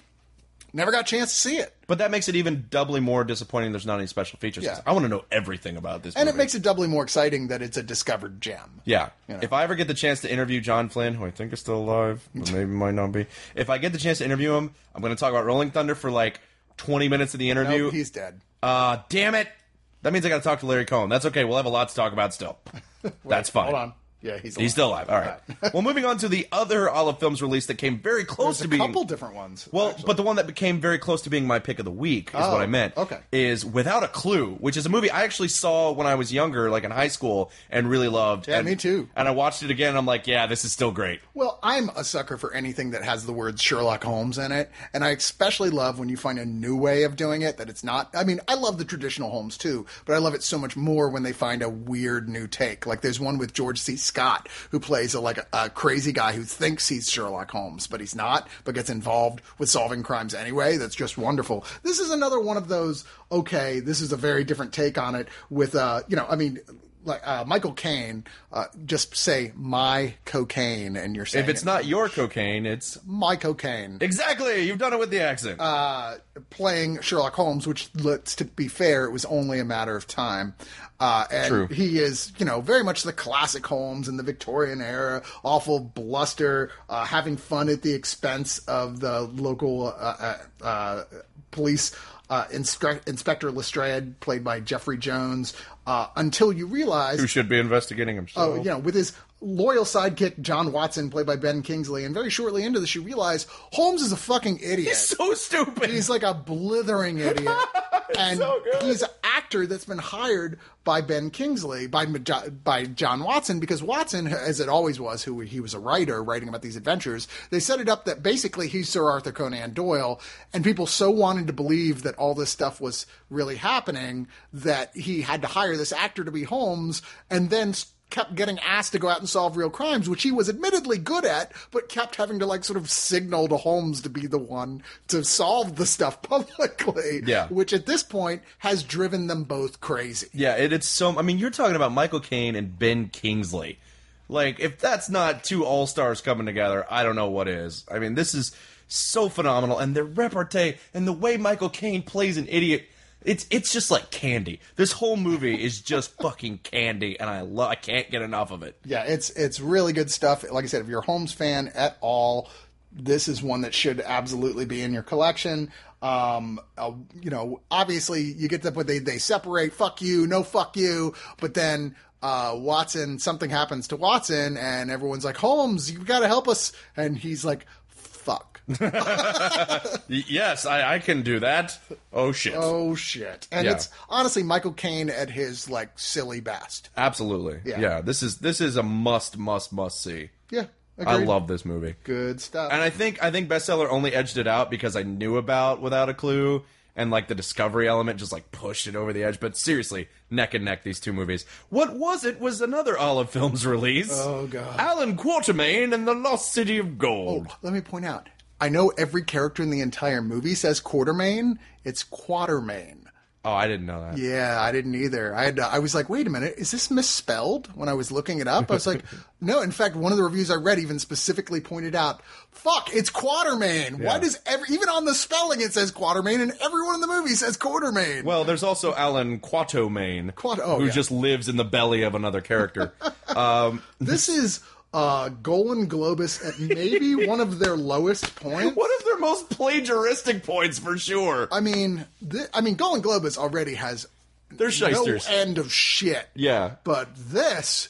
never got a chance to see it,
but that makes it even doubly more disappointing. There's not any special features. 'cause
Yeah.
I want to know everything about this.
and it
movie.
makes it doubly more exciting that it's a discovered gem.
Yeah.
You know.
If I ever get the chance to interview John Flynn, who I think is still alive, but maybe might not be, if I get the chance to interview him, I'm going to talk about Rolling Thunder for like 20 minutes of the interview.
Nope, Oh, he's dead.
Uh, damn it. That means I got to talk to Larry Cohen. That's okay. We'll have a lot to talk about still. That's fine.
Hold on, yeah, he's alive.
He's still alive. All right. well, moving on to the other Olive Films release that came very close
There's a
to being.
couple different ones.
Well,
actually. Oh,
but the one that became very close to being my pick of the week is what I meant.
okay.
Is Without a Clue, which is a movie I actually saw when I was younger, like in high school, and really loved.
Yeah,
and,
me too.
And I watched it again, and I'm like, yeah, this is still great.
Well, I'm a sucker for anything that has the word Sherlock Holmes in it, and I especially love when you find a new way of doing it that it's not. I mean, I love the traditional Holmes too, but I love it so much more when they find a weird new take. Like there's one with George C. Scott who plays a, like a, a crazy guy who thinks he's Sherlock Holmes, but he's not, but gets involved with solving crimes anyway. That's just wonderful. This is another one of those. Okay, this is a very different take on it. With uh, you know, I mean like uh, Michael Caine, uh, just say my cocaine, and you're saying
If it's
it.
not your cocaine, it's
my cocaine
exactly. You've done it with the accent.
Uh, playing Sherlock Holmes, which let's to be fair, it was only a matter of time. Uh, and
True.
he is, you know, very much the classic Holmes in the Victorian era, awful bluster, uh, having fun at the expense of the local uh, uh, uh, police uh, Inspec- Inspector Lestrade, played by Jeffrey Jones, uh, until you realize
Who should be investigating himself?
Oh, you know, with his loyal sidekick John Watson, played by Ben Kingsley, and very shortly into this, you realize Holmes is a fucking idiot.
He's so stupid.
He's like a blithering idiot, and he's an actor that's been hired by Ben Kingsley by by John Watson because Watson, as it always was, who he was a writer writing about these adventures. They set it up that basically he's Sir Arthur Conan Doyle, and people so wanted to believe that all this stuff was really happening that he had to hire this actor to be Holmes, and then kept getting asked to go out and solve real crimes, which he was admittedly good at, but kept having to like sort of signal to Holmes to be the one to solve the stuff publicly.
Yeah.
Which at this point has driven them both crazy.
Yeah, it, it's so. I mean, you're talking about Michael Caine and Ben Kingsley. Like, if that's not two all stars coming together, I don't know what is. I mean, this is so phenomenal, and their repartee and the way Michael Caine plays an idiot. It's it's just like candy. This whole movie is just fucking candy, and I love. I can't get enough of it.
Yeah, it's it's really good stuff. Like I said, if you're a Holmes fan at all, this is one that should absolutely be in your collection. Um, uh, you know, obviously you get to, but they they separate. Fuck you, no fuck you. But then uh, Watson, something happens to Watson, and everyone's like, Holmes, you got to help us, and he's like, fuck.
Y- Yes, I, I can do that. Oh shit!
Oh shit! And
Yeah.
it's honestly Michael Caine at his like silly best.
Absolutely. Yeah. This is this is a must must must see.
Yeah,
I
agreed.
love this movie.
good stuff.
And I think I think bestseller only edged it out because I knew about without a clue, and like the discovery element just like pushed it over the edge. But seriously, neck and neck these two movies. What was it? Was another Olive Films release?
Oh, God. Oh.
Alan Quatermain and the Lost City of Gold.
Let me point out, I know every character in the entire movie says Quartermain. It's Quatermain.
Oh, I didn't know that.
Yeah, I didn't either. I had to, I was like, wait a minute, is this misspelled? When I was looking it up, I was like, no. In fact, one of the reviews I read even specifically pointed out, fuck, it's Quatermain. Why
Yeah.
does every even on the spelling it says Quatermain, and everyone in the movie says Quartermain?
Well, there's also Alan Quatermain,
Quat- oh,
who
yeah.
just lives in the belly of another character. um,
this is uh, Golan Globus at maybe one of their lowest points.
one of their most plagiaristic points for sure.
I mean, th- I mean, Golan Globus already has
They're shysters.
no end of shit.
yeah.
But this,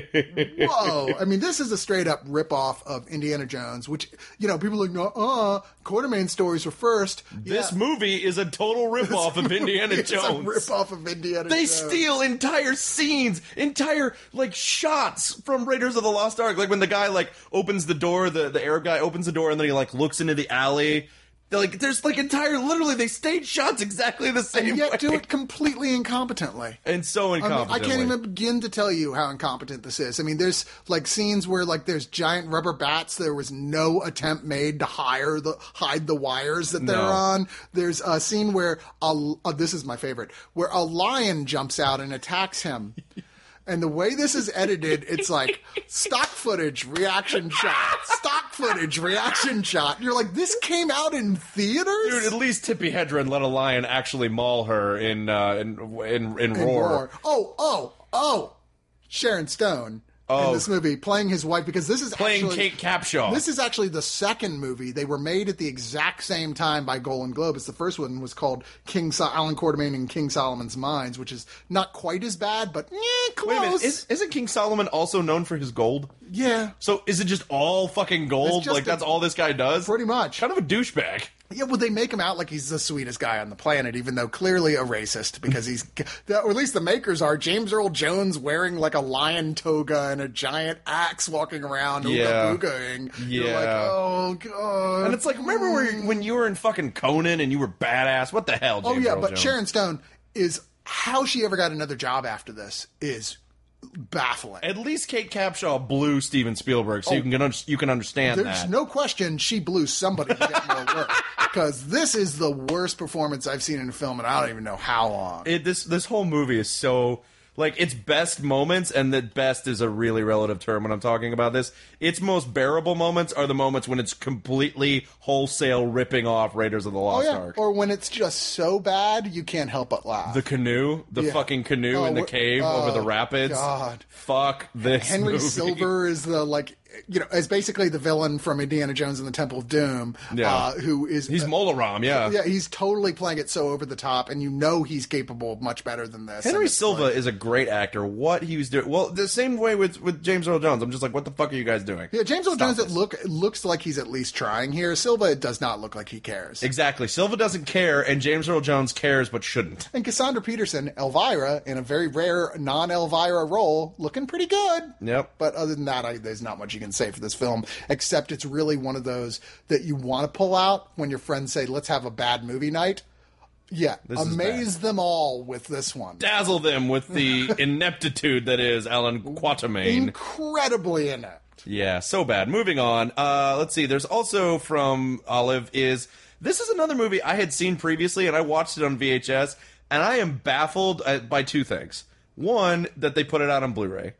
whoa! I mean, this is a straight up ripoff of Indiana Jones, which you know people are like, uh, Quartermain stories were first.
This
Yeah,
movie is a total ripoff of Indiana
it's a
Jones.
ripoff of Indiana.
They
Jones.
steal entire scenes, entire like shots from Raiders of the Lost Ark. Like when the guy like opens the door, the the Arab guy opens the door, and then he like looks into the alley. They're like there's like entire literally they stage shots exactly the same
and
way.
yet do it completely incompetently.
and so
I, mean,
incompetent.
I can't even begin to tell you how incompetent this is. I mean, there's like scenes where like there's giant rubber bats. There was no attempt made to hire the hide the wires that they're
No.
on. There's a scene where a oh, this is my favorite, where a lion jumps out and attacks him. And the way this is edited, it's like stock footage, reaction shot, stock footage, reaction shot. You're like, this came out in theaters.
Dude, at least Tippy Hedren let a lion actually maul her in uh, in, in in
and
roar.
roar. Oh, oh, oh! Sharon Stone
Oh.
in this movie playing his wife because this is
Playing
actually,
Kate Capshaw.
This is actually the second movie. They were made at the exact same time by Golden Globus. The first one was called King so- Alan Quartermain and King Solomon's Mines, which is not quite as bad, but eh, close.
Wait a minute, is, isn't King Solomon also known for his gold?
yeah,
So is it just all fucking gold?
It's just
Like
a-
that's all this guy does?
pretty much.
Kind of a douchebag.
Yeah, well, they make him out like he's the sweetest guy on the planet, even though clearly a racist because he's, or at least the makers are, James Earl Jones wearing like a lion toga and a giant axe walking around,
Yeah.
ooga boogaing. You're like,
Yeah.
oh, God.
And it's like, remember where, when you were in fucking Conan and you were badass? What the hell,
oh,
James
yeah,
Earl
but
Jones?
Sharon Stone is, how she ever got another job after this is baffling.
At least Kate Capshaw blew Steven Spielberg, so you can un- you can understand
Oh. There's
that.
no question she blew somebody to get more work because this is the worst performance I've seen in a film, and I don't even know how long.
It- this this whole movie is so like its best moments, and the best is a really relative term when I'm talking about this. Its most bearable moments are the moments when it's completely wholesale ripping off Raiders of the
Oh
Lost
yeah,
Ark.
or when it's just so bad you can't help but laugh.
the canoe, the
Yeah.
fucking canoe
Oh,
in the
we're-
cave
oh,
over the rapids.
God.
Fuck this.
Henry
movie.
Silver is the like you know, as basically the villain from Indiana Jones and the Temple of Doom,
Yeah.
uh, who is
He's
uh,
Molaram, yeah.
yeah, he's totally playing it so over the top, and you know he's capable of much better than this.
Henry
And it's
Silva
like-
is a great actor. What he was doing, well, the same way with with James Earl Jones. I'm just like, what the fuck are you guys doing?
yeah, James Earl
Stop
Jones. It
this.
look it looks like he's at least trying here. Silva it does not look like he cares.
exactly. Silva doesn't care, and James Earl Jones cares but shouldn't.
And Cassandra Peterson, Elvira, in a very rare non-Elvira role, looking pretty good.
Yep.
But other than that, I, there's not much you can say for this film, except it's really one of those that you want to pull out when your friends say, "Let's have a bad movie night." Yeah,
is
amaze them all with this one.
Dazzle them with the ineptitude that is Alan Quatermain.
Incredibly inept.
Yeah, so bad. Moving on. Uh, let's see. There's also from Olive is this is another movie I had seen previously, and I watched it on VHS, and I am baffled uh, by two things. One, that they put it out on Blu-ray,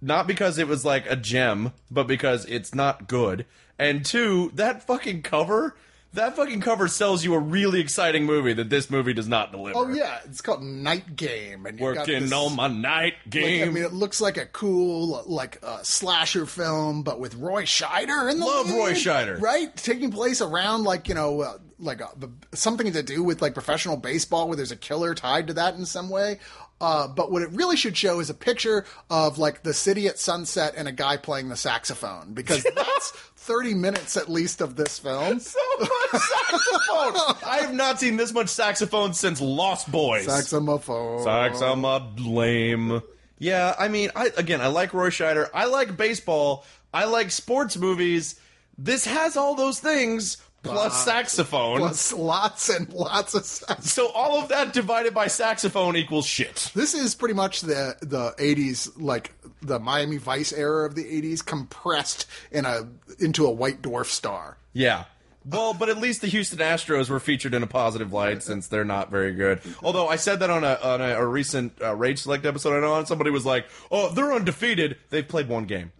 not because it was like a gem, but because it's not good. And two, that fucking cover. That fucking cover sells you a really exciting movie that this movie does not deliver.
Oh yeah, it's called Night Game, and you've got
Working
this-
on my night
Like,
game.
I mean, it looks like a cool, like uh, slasher film, but with Roy Scheider in the
Love
lead,
Roy Scheider.
right? Taking place around like you know, uh, like uh, the, something to do with like professional baseball, where there's a killer tied to that in some way. Uh, but what it really should show is a picture of like the city at sunset and a guy playing the saxophone, because that's thirty minutes at least of this film.
so much saxophone. I have not seen this much saxophone since Lost Boys.
Saxophone.
Sax, I'm a lame. Yeah, I mean, I again, I like Roy Scheider. I like baseball. I like sports movies. This has all those things plus saxophone.
Plus lots and lots of sax.
so all of that divided by saxophone equals shit.
This is pretty much the the eighties, like the Miami Vice era of the eighties, compressed in a into a white dwarf star.
Yeah. Well, but at least the Houston Astros were featured in a positive light since they're not very good. Although I said that on a on a, a recent uh, Rage Select episode I know, and somebody was like, "Oh, they're undefeated. They've played one game."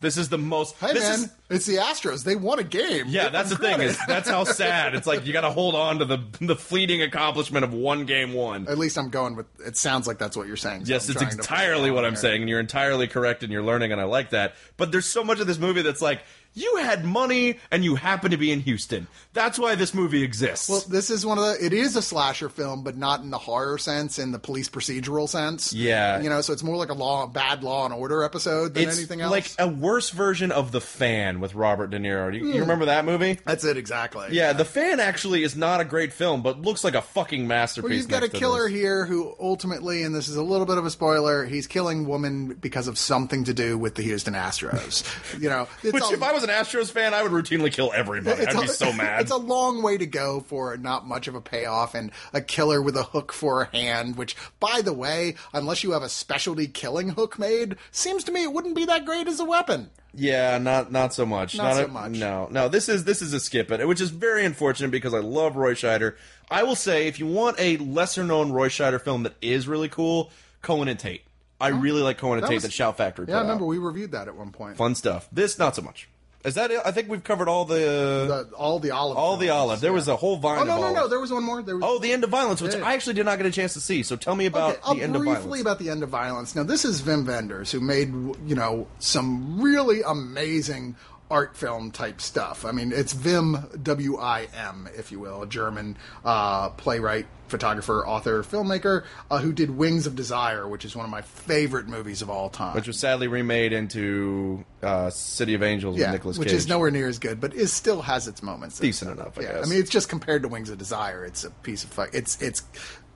this is the most.
Hey
this
man,
is-
it's the Astros. They won a game.
yeah,
Give
that's the
them
thing.
credit.
Is that's how sad. It's like you got to hold on to the the fleeting accomplishment of one game won.
At least I'm going with. It sounds like that's what you're saying. so
Yes,
I'm
it's
trying to-
entirely what I'm saying, and you're entirely correct, and you're learning, and I like that. But there's so much of this movie that's like, you had money, and you happen to be in Houston. That's why this movie exists.
Well, this is one of the. It is a slasher film, but not in the horror sense, in the police procedural sense.
Yeah.
you know, so it's more like a law, bad Law and Order episode than
it's
anything else.
like a worse version of The Fan with Robert De Niro. Do You,
Hmm.
you remember that movie?
that's it exactly.
Yeah, The Fan actually is not a great film, but looks like a fucking masterpiece.
Well, you've got a
next to
killer
this.
here who ultimately, and this is a little bit of a spoiler, he's killing women because of something to do with the Houston Astros. you know, it's
Which,
a-
if I was an Astros fan, I would routinely kill everybody. I'd
it's a-
be so mad.
It's a long way to go for not much of a payoff and a killer with a hook for a hand, which, by the way, unless you have a specialty killing hook made, seems to me it wouldn't be that great as a weapon.
yeah, not not so much.
Not so
a-
much.
No, no. This is this is a skip it, which is very unfortunate because I love Roy Scheider. I will say, if you want a lesser known Roy Scheider film that is really cool, Cohen and Tate. I really like Cohen and Tate
was-
that Shout Factory.
Yeah, I
put
remember
out.
we reviewed that at one point.
fun stuff. This not so much. Is that it? I think we've covered all the
The- all the olive.
All the olive. There was a whole vine.
Oh no
of
no
olive.
no! There was one more. There was
Oh, the end of violence, which
Yeah.
I actually did not get a chance to see. So tell me about
I'll
the end of
briefly
violence.
about the end of violence. Now, this is Vim Vendors, who made you know some really amazing art film type stuff. I mean, it's Vim W I M, if you will, a German uh, playwright, photographer, author, filmmaker uh, who did Wings of Desire, which is one of my favorite movies of all time.
which was sadly remade into uh, City of Angels with Nicolas
which
Cage.
is nowhere near as good, but is still has its moments.
Decent enough, I
yeah,
guess.
I mean, it's just compared to Wings of Desire, it's a piece of fuck. It's it's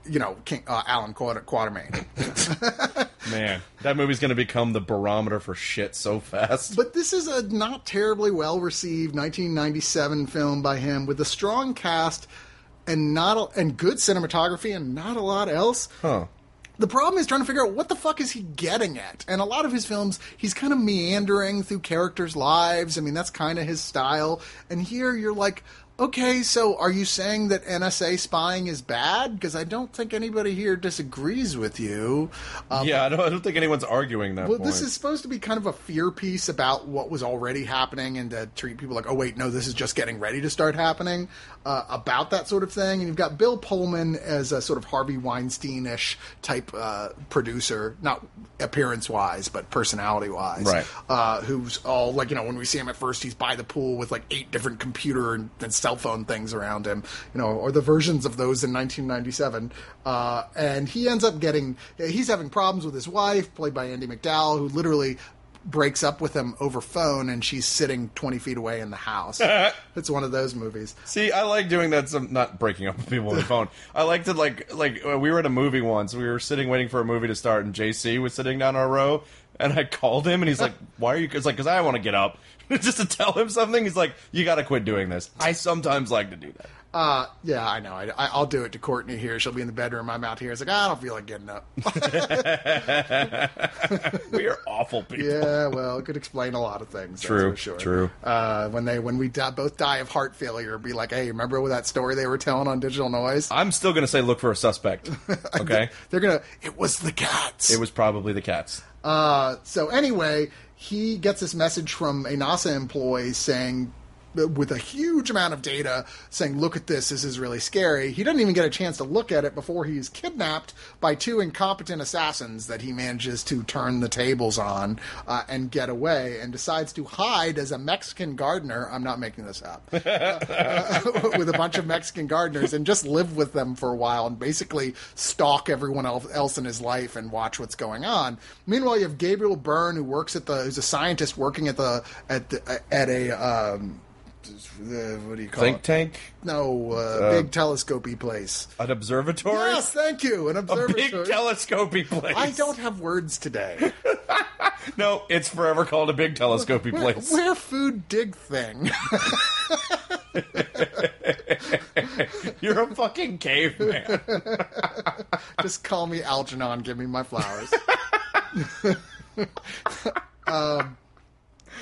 you know King, uh, Alan Quater- Quatermain.
Man, that movie's going to become the barometer for shit so fast.
But this is a not terribly well received 1997 film by him with a strong cast and not a, and good cinematography and not a lot else.
huh.
The problem is trying to figure out what the fuck is he getting at. And a lot of his films, he's kind of meandering through characters' lives. I mean, that's kind of his style. And here you're like, okay, so are you saying that NSA spying is bad? Because I don't think anybody here disagrees with you. Um,
yeah, I don't, I don't think anyone's arguing that.
well,
point.
this is supposed to be kind of a fear piece about what was already happening and to treat people like, oh, wait, no, this is just getting ready to start happening uh, about that sort of thing. And you've got Bill Pullman as a sort of Harvey Weinstein ish type uh, producer, not appearance wise, but personality wise.
Right.
Uh, who's all like, you know, when we see him at first, he's by the pool with like eight different computer and, and cell phone things around him, you know, or the versions of those in 1997. Uh, and he ends up getting, he's having problems with his wife, played by Andy McDowell, who literally breaks up with him over phone and she's sitting 20 feet away in the house. it's one of those movies.
See, I like doing that. Some not breaking up with people on the phone. I like to like like uh, we were at a movie once. We were sitting waiting for a movie to start, and JC was sitting down our row, and I called him, and he's like, "Why are you?" It's like because I want to get up just to tell him something. He's like, "You got to quit doing this." I sometimes like to do that.
Uh, yeah, I know. I, I, I'll do it to Courtney here. She'll be in the bedroom. I'm out here. It's like, "Ah, I don't feel like getting up.
We are awful people.
Yeah, well, it could explain a lot of things.
True,
that's for sure.
true.
Uh, when they when we die, both die of heart failure, be like, hey, remember that story they were telling on Digital Noise?
I'm still gonna say look for a suspect. Okay,
They're gonna. It was the cats.
it was probably the cats.
Uh, so anyway, he gets this message from a NASA employee saying, with a huge amount of data, saying, "Look at this. This is really scary." He doesn't even get a chance to look at it before he's kidnapped by two incompetent assassins that he manages to turn the tables on uh, and get away, and decides to hide as a Mexican gardener. I'm not making this up. uh, with a bunch of Mexican gardeners and just live with them for a while and basically stalk everyone el- else in his life and watch what's going on. Meanwhile, you have Gabriel Byrne who works at the who's a scientist working at the at the, at a um, the, what do you call
Think
it?
tank,
no, uh, big telescopey place.
an observatory,
Yes, thank you. An
a big
observatory.
telescopy place.
I don't have words today.
No, it's forever called a big telescopy
Where,
place.
where food dig thing.
You're a fucking caveman.
Just call me Algernon. Give me my flowers. Um,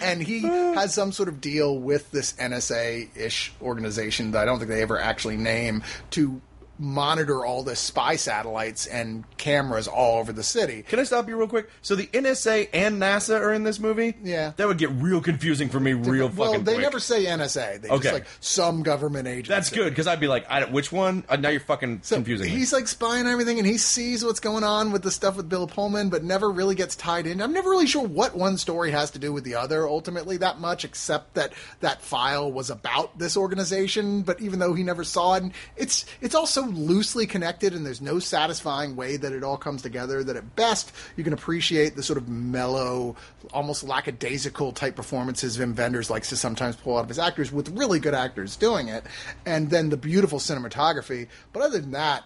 and he has some sort of deal with this NSA ish organization that I don't think they ever actually name to monitor all the spy satellites and cameras all over the city.
Can I stop you real quick? So the NSA and NASA are in this movie.
Yeah.
that would get real confusing for me, real fucking.
well, they
quick.
never say NSA. They
Okay.
just like some government agency.
That's good because I'd be like, I don't, which one? Uh, now you're fucking
So
confusing. me.
He's like spying everything, and he sees what's going on with the stuff with Bill Pullman, but never really gets tied in. I'm never really sure what one story has to do with the other ultimately that much, except that that file was about this organization. But even though he never saw it, and it's it's all so loosely connected, and there's no satisfying way that it all comes together. That at best you can appreciate the sort of mellow, almost lackadaisical type performances Vim Vendors likes to sometimes pull out of his actors with really good actors doing it, and then the beautiful cinematography. But other than that,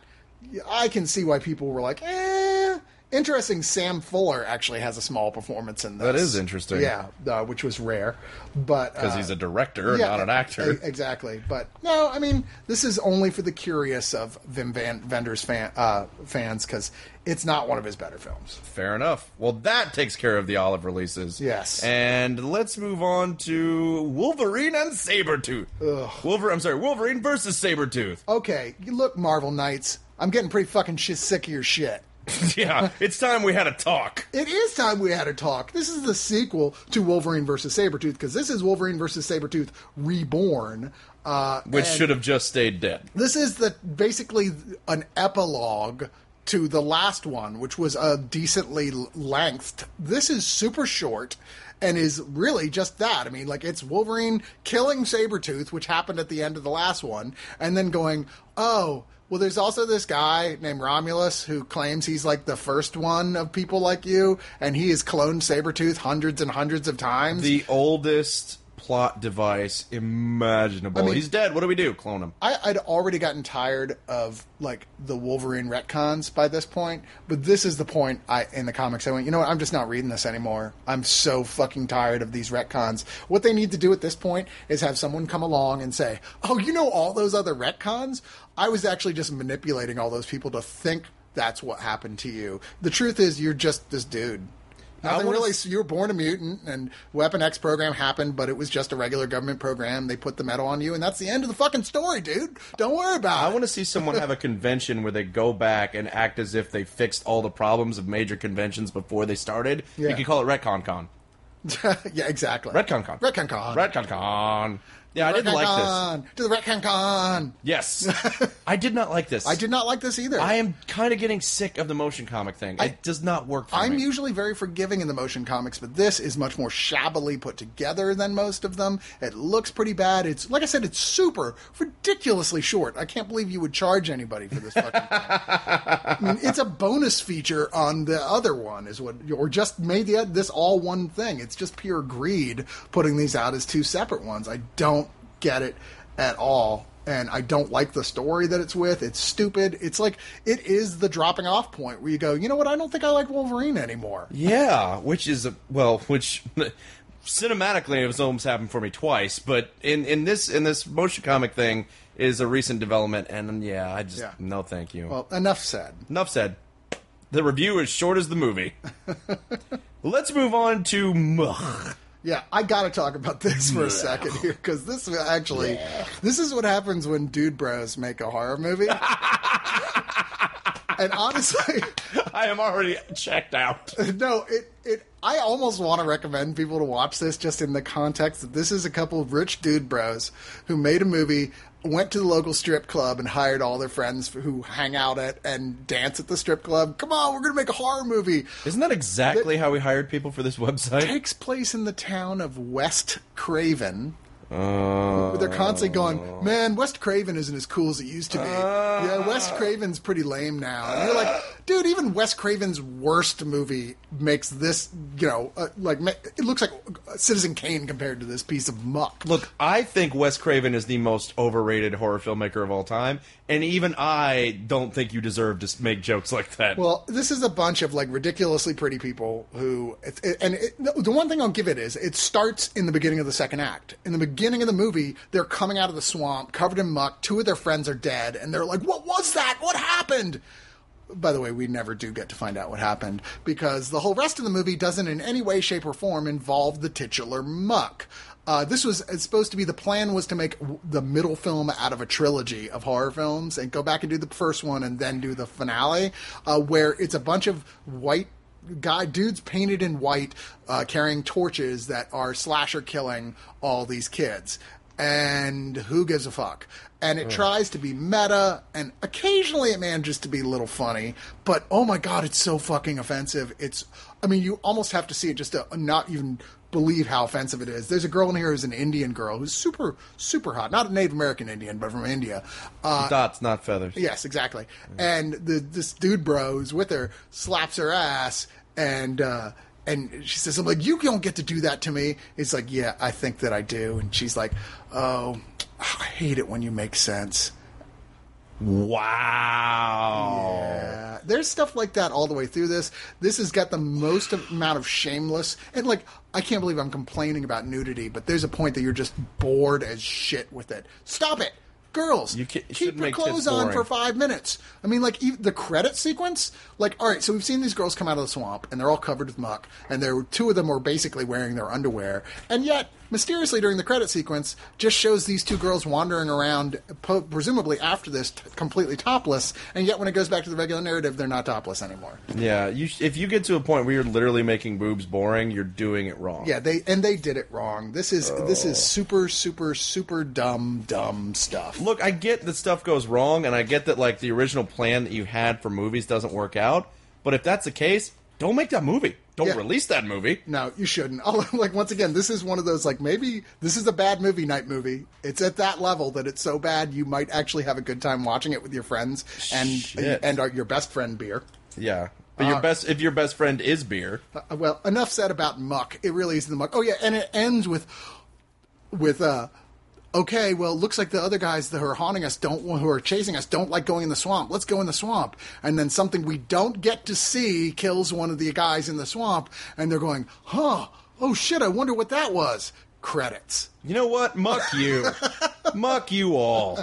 I can see why people were like, eh. Interesting. Sam Fuller actually has a small performance in this.
That is interesting.
Yeah, uh, which was rare, but uh,
because he's a director,
yeah,
not an actor.
e- exactly. But no, I mean, this is only for the curious of Vim Van Vendors fan, uh, fans because it's not one of his better films.
Fair enough. Well, that takes care of the olive releases.
Yes.
And let's move on to Wolverine and Sabretooth. Wolverine, I'm sorry, Wolverine versus Sabretooth.
Okay, you look, Marvel Knights, I'm getting pretty fucking shit sick of your shit.
yeah, it's time we had a talk.
It is time we had a talk. This is the sequel to Wolverine versus Sabretooth because this is Wolverine versus Sabretooth Reborn. Uh,
Which
and-
should have just stayed dead.
this is the basically an epilogue to the last one, which was a decently l- lengthed. This is super short and is really just that. I mean, like it's Wolverine killing Sabretooth, which happened at the end of the last one, and then going, "Oh, well there's also this guy named Romulus who claims he's like the first one of people like you and he has cloned Sabretooth hundreds and hundreds of times."
The oldest plot device imaginable.
mean-
He's dead. What do we do? Clone him.
I, I'd already gotten tired of like the Wolverine retcons by this point, but this is the point I in the comics I went, you know what, I'm just not reading this anymore. I'm so fucking tired of these retcons. What they need to do at this point is have someone come along and say, Oh, you know all those other retcons? I was actually just manipulating all those people to think that's what happened to you. The truth is you're just this dude. Nothing
wanna
really.
s-
You were born a mutant, and Weapon X program happened, but it was just a regular government program. They put the metal on you, and that's the end of the fucking story, dude. Don't worry about
I
it.
want to see someone have a convention where they go back and act as if they fixed all the problems of major conventions before they started. You
Yeah.
could call it Retcon Con.
yeah, exactly.
Retcon Con.
Retcon Con.
Retcon Con. Yeah, I didn't
Retcon
like this.
Con. To the Retcon Con.
Yes. I did not like this.
I did not like this either.
I am kind of getting sick of the motion comic thing. it does not work for
I'm
me.
usually very forgiving in the motion comics, but this is much more shabbily put together than most of them. It looks pretty bad. It's like I said, it's super ridiculously short. I can't believe you would charge anybody for this fucking thing. I mean, Mm, it's a bonus feature on the other one, is what, or just made the, this all one thing. It's just pure greed putting these out as two separate ones. I don't get it at all and I don't like the story that it's with. It's stupid. It's like it is the dropping off point where you go, you know what? I don't think I like Wolverine anymore.
Yeah, which is a, well, which cinematically it's almost happened for me twice, but in in this in this motion comic thing is a recent development, and um, yeah, I just
Yeah.
no, thank you.
Well, enough said.
Enough said. The review is short as the movie. Let's move on to Mugh.
Yeah, I got to talk about this for a second here because this is actually this is what happens when dude bros make a horror movie. and honestly,
I am already checked out.
no, it it I almost want to recommend people to watch this just in the context that this is a couple of rich dude bros who made a movie, went to the local strip club and hired all their friends who hang out at and dance at the strip club. Come on, we're going to make a horror movie.
Isn't that exactly how we hired people for this website?
Takes place in the town of West Craven.
Uh,
Where they're constantly going, man. West Craven isn't as cool as it used to be. yeah, West Craven's pretty lame now. And you're like, dude, even Wes Craven's worst movie makes this, you know, uh, like ma- it looks like uh, Citizen Kane compared to this piece of muck.
Look, I think Wes Craven is the most overrated horror filmmaker of all time, and even I don't think you deserve to s- make jokes like that.
Well, this is a bunch of like ridiculously pretty people who, it's- it, and it, the one thing I'll give it is it starts in the beginning of the second act. In the beginning of the movie, they're coming out of the swamp, covered in muck. Two of their friends are dead, and they're like, "What was that? What happened?" By the way, we never do get to find out what happened because the whole rest of the movie doesn't in any way, shape, or form involve the titular muck. Uh, this was it's supposed to be the plan was to make w- the middle film out of a trilogy of horror films and go back and do the first one and then do the finale, uh, where it's a bunch of white guy dudes painted in white uh, carrying torches that are slasher killing all these kids and who gives a fuck? And it tries to be meta, and occasionally it manages to be a little funny, but oh my god, it's so fucking offensive. It's, I mean, you almost have to see it just to not even believe how offensive it is. There's a girl in here who's an Indian girl who's super, super hot. Not a Native American Indian, but from India. Uh,
Dots, not feathers.
Yes, exactly. And the this dude bro who's with her slaps her ass, and uh, and she says, "I'm like, you don't get to do that to me." It's like, yeah, I think that I do. And she's like, "Oh, I hate it when you make sense."
Wow.
Yeah. Uh, There's stuff like that all the way through this. This has got the most amount of shameless and like I can't believe I'm complaining about nudity, but there's a point that you're just bored as shit with it. Stop it. Girls,
You ca- shouldn't
keep your
make kids
clothes on for
boring.
five minutes. I mean, like even the credit sequence. Like, all right, so we've seen these girls come out of the swamp, and they're all covered with muck, and there were two of them were basically wearing their underwear, and yet mysteriously during the credit sequence, just shows these two girls wandering around, po- presumably after this, t- completely topless, and yet when it goes back to the regular narrative, they're not topless anymore.
Yeah, you sh- if you get to a point where you're literally making boobs boring, you're doing it wrong.
Yeah, they and they did it wrong. This is this
Oh.
is super super super dumb dumb stuff.
Look, I get that stuff goes wrong, and I get that like the original plan that you had for movies doesn't work out. But if that's the case, don't make that movie. Don't
Yeah.
release that movie.
No, you shouldn't. Although, like once again, this is one of those like maybe this is a bad movie night movie. It's at that level that it's so bad you might actually have a good time watching it with your friends and
Shit.
and our, your best friend beer.
Yeah, but your best if your best friend is beer.
Uh, well, enough said about muck. It really is the muck. Oh yeah, and it ends with with uh okay, well, looks like the other guys that are haunting us don't who are chasing us don't like going in the swamp. Let's go in the swamp. And then something we don't get to see kills one of the guys in the swamp and they're going, "Huh. Oh shit, I wonder what that was." Credits.
You know what? Muck you, muck you all.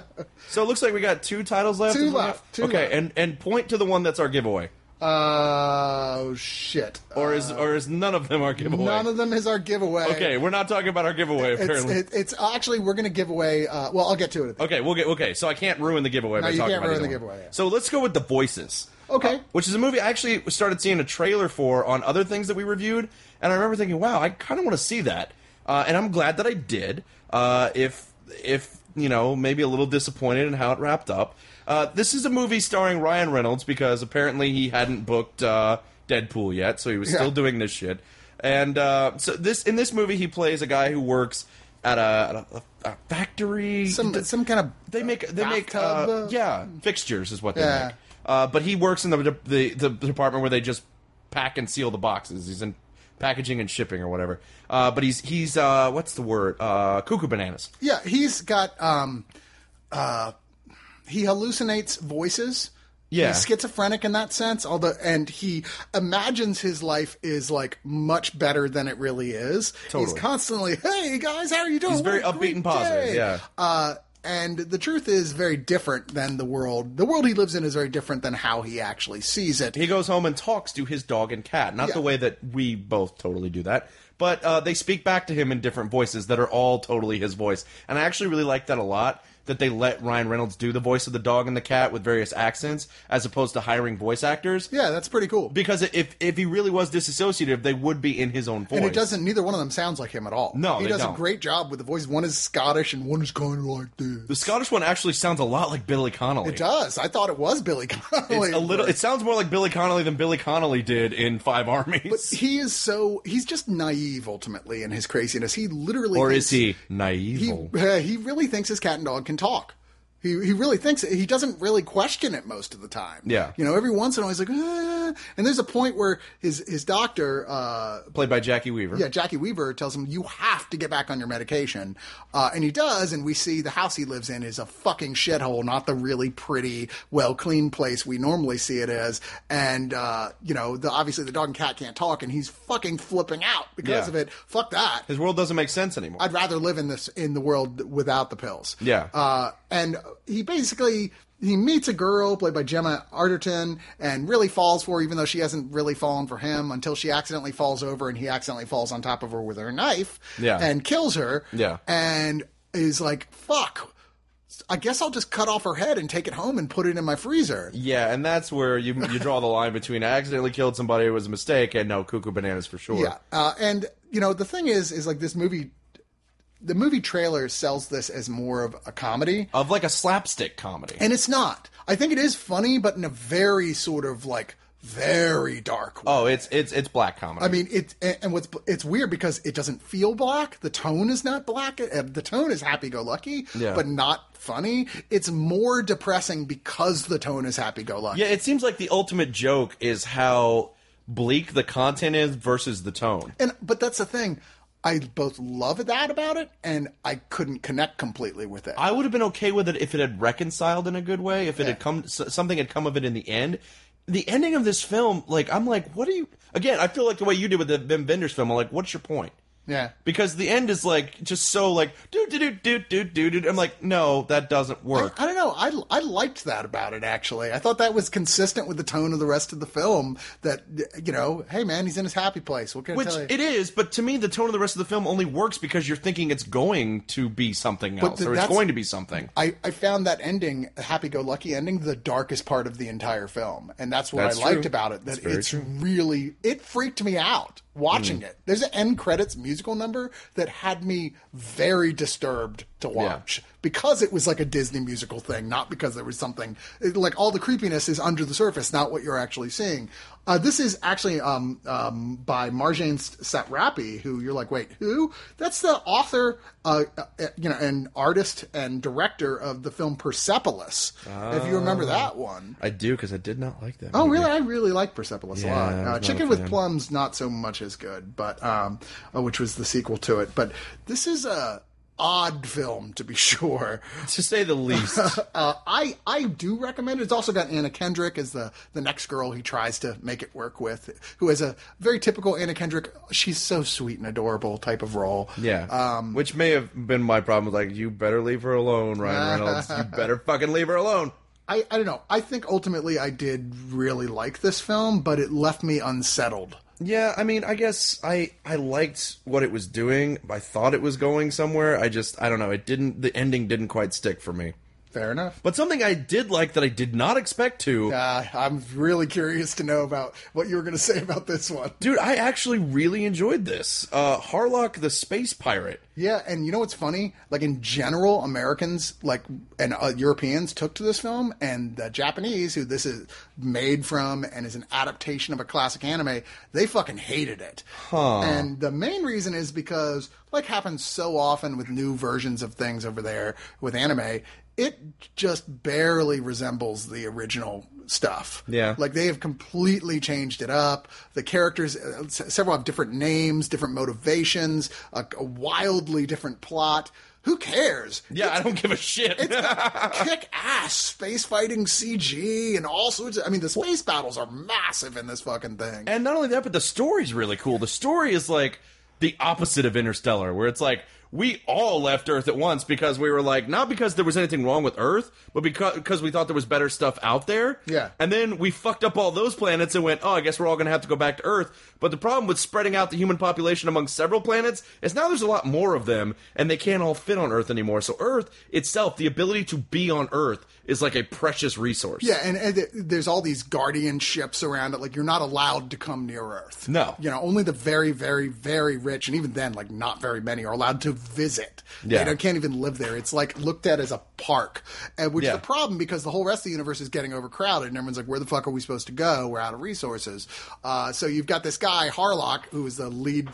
So it looks like we got two titles left.
Two
Is that
left,
right?
two
okay,
left.
and and point to the one that's our giveaway.
Oh shit!
Or is or is none of them our giveaway?
Uh, None of them is our giveaway.
Okay, we're not talking about our giveaway
It's,
apparently.
it, it's actually we're gonna give away. Uh, well, I'll get to it. At the
okay, we'll get okay. So I can't ruin the giveaway. by
you
talking
can't
about
ruin
either
the
one.
giveaway, yeah.
So let's go with the voices.
Okay.
Uh, which is a movie I actually started seeing a trailer for on other things that we reviewed, and I remember thinking, "Wow, I kind of want to see that," uh, and I'm glad that I did. Uh, if if you know, maybe a little disappointed in how it wrapped up. Uh, this is a movie starring Ryan Reynolds because apparently he hadn't booked uh, Deadpool yet, so he was still
Yeah.
doing this shit. And uh, so this in this movie, he plays a guy who works at a, at a, a factory.
some some kind of
They make they make
bathtub,
uh,
uh,
yeah fixtures is what they
Yeah.
make. Uh, but he works in the, de- the the department where they just pack and seal the boxes. He's in packaging and shipping or whatever. Uh, but he's he's uh, what's the word? Uh, cuckoo bananas.
Yeah, he's got um uh he hallucinates voices.
Yeah.
He's schizophrenic in that sense, although and he imagines his life is like much better than it really is.
Totally.
He's constantly, "Hey guys, how are you doing?"
He's very
What a
upbeat
great
and positive,
day."
yeah.
Uh and the truth is very different than the world. The world he lives in is very different than how he actually sees it.
He goes home and talks to his dog and cat. Not the
Yeah.
way that we both totally do that, but uh, they speak back to him in different voices that are all totally his voice. And I actually really like that a lot. That they let Ryan Reynolds do the voice of the dog and the cat with various accents, as opposed to hiring voice actors.
yeah, that's pretty cool.
Because if if he really was disassociative, they would be in his own voice.
and it doesn't. Neither one of them sounds like him at all.
No,
he
they
does
don't.
a great job with the voice. One is Scottish, and one is kind of like this.
The Scottish one actually sounds a lot like Billy Connolly.
It does. I thought it was Billy Connolly.
It's a little. It sounds more like Billy Connolly than Billy Connolly did in Five Armies.
but he is so he's just naive ultimately in his craziness. He literally
or
thinks-
is he Oh. naive?
He uh, he really thinks his cat and dog can talk. He he really thinks it. he doesn't really question it most of the time.
Yeah.
you know, every once in a while he's like, "Ah." and there's a point where his his doctor, uh,
Played by Jackie Weaver.
yeah, Jackie Weaver tells him you have to get back on your medication, uh, and he does. And we see the house he lives in is a fucking shithole, not the really pretty, well clean place we normally see it as. And uh, you know, the, obviously the dog and cat can't talk, and he's fucking flipping out because
Yeah.
of it. Fuck that.
His world doesn't make sense anymore.
I'd rather live in this in the world without the pills.
Yeah.
Uh, and he basically he meets a girl played by Gemma Arterton and really falls for her, even though she hasn't really fallen for him until she accidentally falls over and he accidentally falls on top of her with her knife.
Yeah.
And kills her.
Yeah.
And is like, fuck. I guess I'll just cut off her head and take it home and put it in my freezer.
Yeah, and that's where you you draw the line between I accidentally killed somebody it was a mistake and no cuckoo bananas for sure.
Yeah, uh, and you know the thing is, is like this movie, the movie trailer sells this as more of a comedy.
Of like a slapstick comedy.
and it's not. I think it is funny, but in a very sort of like very dark way.
oh, it's it's it's black comedy.
I mean, it and and what's it's weird because it doesn't feel black. The tone is not black. Uh, The tone is happy-go-lucky,
Yeah.
but not funny. It's more depressing because the tone is happy-go-lucky.
yeah, it seems like the ultimate joke is how bleak the content is versus the tone.
And but that's the thing. I both love that about it, and I couldn't connect completely with it.
I would have been okay with it if it had reconciled in a good way. If it had come, s- something had come of it in the end. The ending of this film, like I'm like, what are you? Again, I feel like the way you did with the Ben Benders film. I'm like, what's your point?
yeah,
Because the end is like just so like do do do do do do do. I'm like, no, that doesn't work.
I don't know. I, I liked that about it, actually. I thought that was consistent with the tone of the rest of the film. That, you know, hey, man, he's in his happy place. What can I
Which
tell you?
it is, but to me, the tone of the rest of the film only works because you're thinking it's going to be something else,
th-
or it's
that's-
going to be something.
I, I found that ending, happy go lucky ending, the darkest part of the entire film. And that's what
That's
I liked
true.
about it. That
very
it's
true.
really, it freaked me out watching it. There's an end credits musical number that had me very disturbed to watch because it was like a Disney musical thing, not because there was something it- like all the creepiness is under the surface, not what you're actually seeing. Uh, this is actually um, um, by Marjane Satrapi, who you're like, wait, who? That's the author, uh, uh, you know, and artist and director of the film Persepolis. if you remember that one.
I do because I did not like that.
Oh, really? I really like Persepolis
Yeah, I
a
was
lot. Uh,
not a
Chicken with
fan.
Plums, not so much as good, but um, uh, which was the sequel to it. But this is a odd film to be sure.
To say the least.
Uh, I I do recommend it. It's also got Anna Kendrick as the the next girl he tries to make it work with, who has a very typical Anna Kendrick. She's so sweet and adorable type of role.
Yeah. Um, Which may have been my problem. Like, you better leave her alone, Ryan Reynolds. you better fucking leave her alone.
I, I don't know. I think ultimately I did really like this film, but it left me unsettled.
Yeah, I mean, I guess I I liked what it was doing. I thought it was going somewhere. I just I don't know. It didn't. The ending didn't quite stick for me.
Fair enough.
But something I did like that I did not expect to.
Uh, I'm really curious to know about what you were going to say about this one.
Dude, I actually really enjoyed this. Uh, Harlock the space pirate.
Yeah, and you know what's funny? Like in general, Americans like and uh, Europeans took to this film, and the Japanese, who this is made from and is an adaptation of a classic anime, they fucking hated it. And the main reason is because, like, happens so often with new versions of things over there with anime, it just barely resembles the original stuff.
Yeah.
like they have completely changed it up. The characters, uh, s- several have different names, different motivations, a, a wildly different plot. Who cares?
Yeah, I don't give a shit.
Kick ass space fighting CG and all sorts of. I mean, the space battles are massive in this fucking thing.
And not only that, but the story's really cool. The story is like the opposite of Interstellar, where it's like we all left Earth at once because we were like not because there was anything wrong with Earth, but because because we thought there was better stuff out there.
Yeah.
And then we fucked up all those planets and went, oh, I guess we're all gonna have to go back to Earth. But the problem with spreading out the human population among several planets is now there's a lot more of them, and they can't all fit on Earth anymore. So Earth itself, the ability to be on Earth, is like a precious resource.
Yeah, and, and th- there's all these guardian ships around it. Like you're not allowed to come near Earth.
No.
you know only the very, very, very rich, and even then, like not very many are allowed to visit.
Yeah.
they don't- can't even live there. It's like looked at as a park, and which
Yeah.
is a problem because the whole rest of the universe is getting overcrowded, and everyone's like, "Where the fuck are we supposed to go? We're out of resources." Uh, so you've got this guy Harlock, who is the lead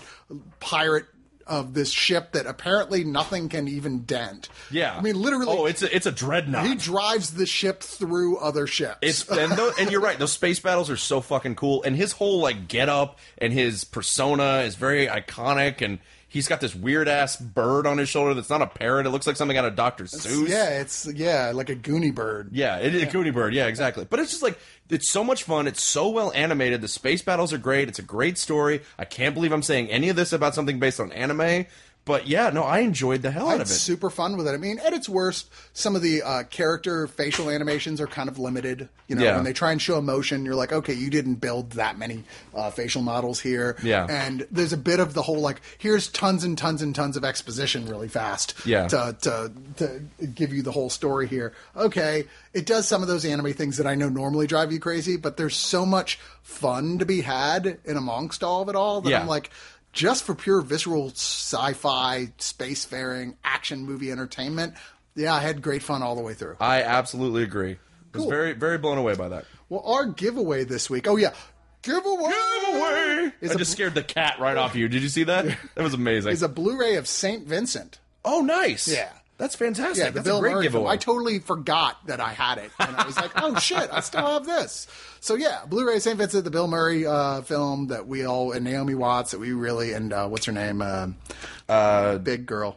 pirate. Of this ship that apparently nothing can even dent.
Yeah.
I mean, literally,
Oh, it's a, it's a dreadnought.
he drives the ship through other ships.
It's and, tho- and you're right. Those space battles are so fucking cool, and his whole like get up and his persona is very iconic. And he's got this weird ass bird on his shoulder that's not a parrot. It looks like something out of Doctor Seuss.
Yeah, it's yeah, like a Goonie bird.
Yeah, it, a Goonie Bird. Yeah, exactly. But it's just like it's so much fun. It's so well animated. The space battles are great. It's a great story. I can't believe I'm saying any of this about something based on anime. But yeah, no, I enjoyed the hell out of
It's
it.
super fun with it. I mean, at its worst, some of the uh, character facial animations are kind of limited. You know,
Yeah.
when they try and show emotion, you're like, okay, you didn't build that many uh, facial models here.
Yeah.
And there's a bit of the whole like, here's tons and tons and tons of exposition really fast.
Yeah.
To uh, to to give you the whole story here. Okay, it does some of those anime things that I know normally drive you crazy, but there's so much fun to be had in amongst all of it all that
Yeah.
I'm like just for pure visceral sci-fi, spacefaring, action movie entertainment. Yeah, I had great fun all the way through.
I absolutely agree. I was
Cool.
very very blown away by that.
Well, our giveaway this week. Oh yeah, giveaway.
I just scared the cat right off you. Did you see that? That was amazing.
Is a Blu-ray of Saint Vincent.
oh, nice.
Yeah.
That's fantastic.
Yeah, the
That's
Bill
a great
Murray film.
giveaway.
I totally forgot that I had it, and I was like, "Oh shit, I still have this." So yeah, Blu-ray Saint Vincent, the Bill Murray uh, film that we all and Naomi Watts that we really and uh, what's her name, uh, uh, big girl,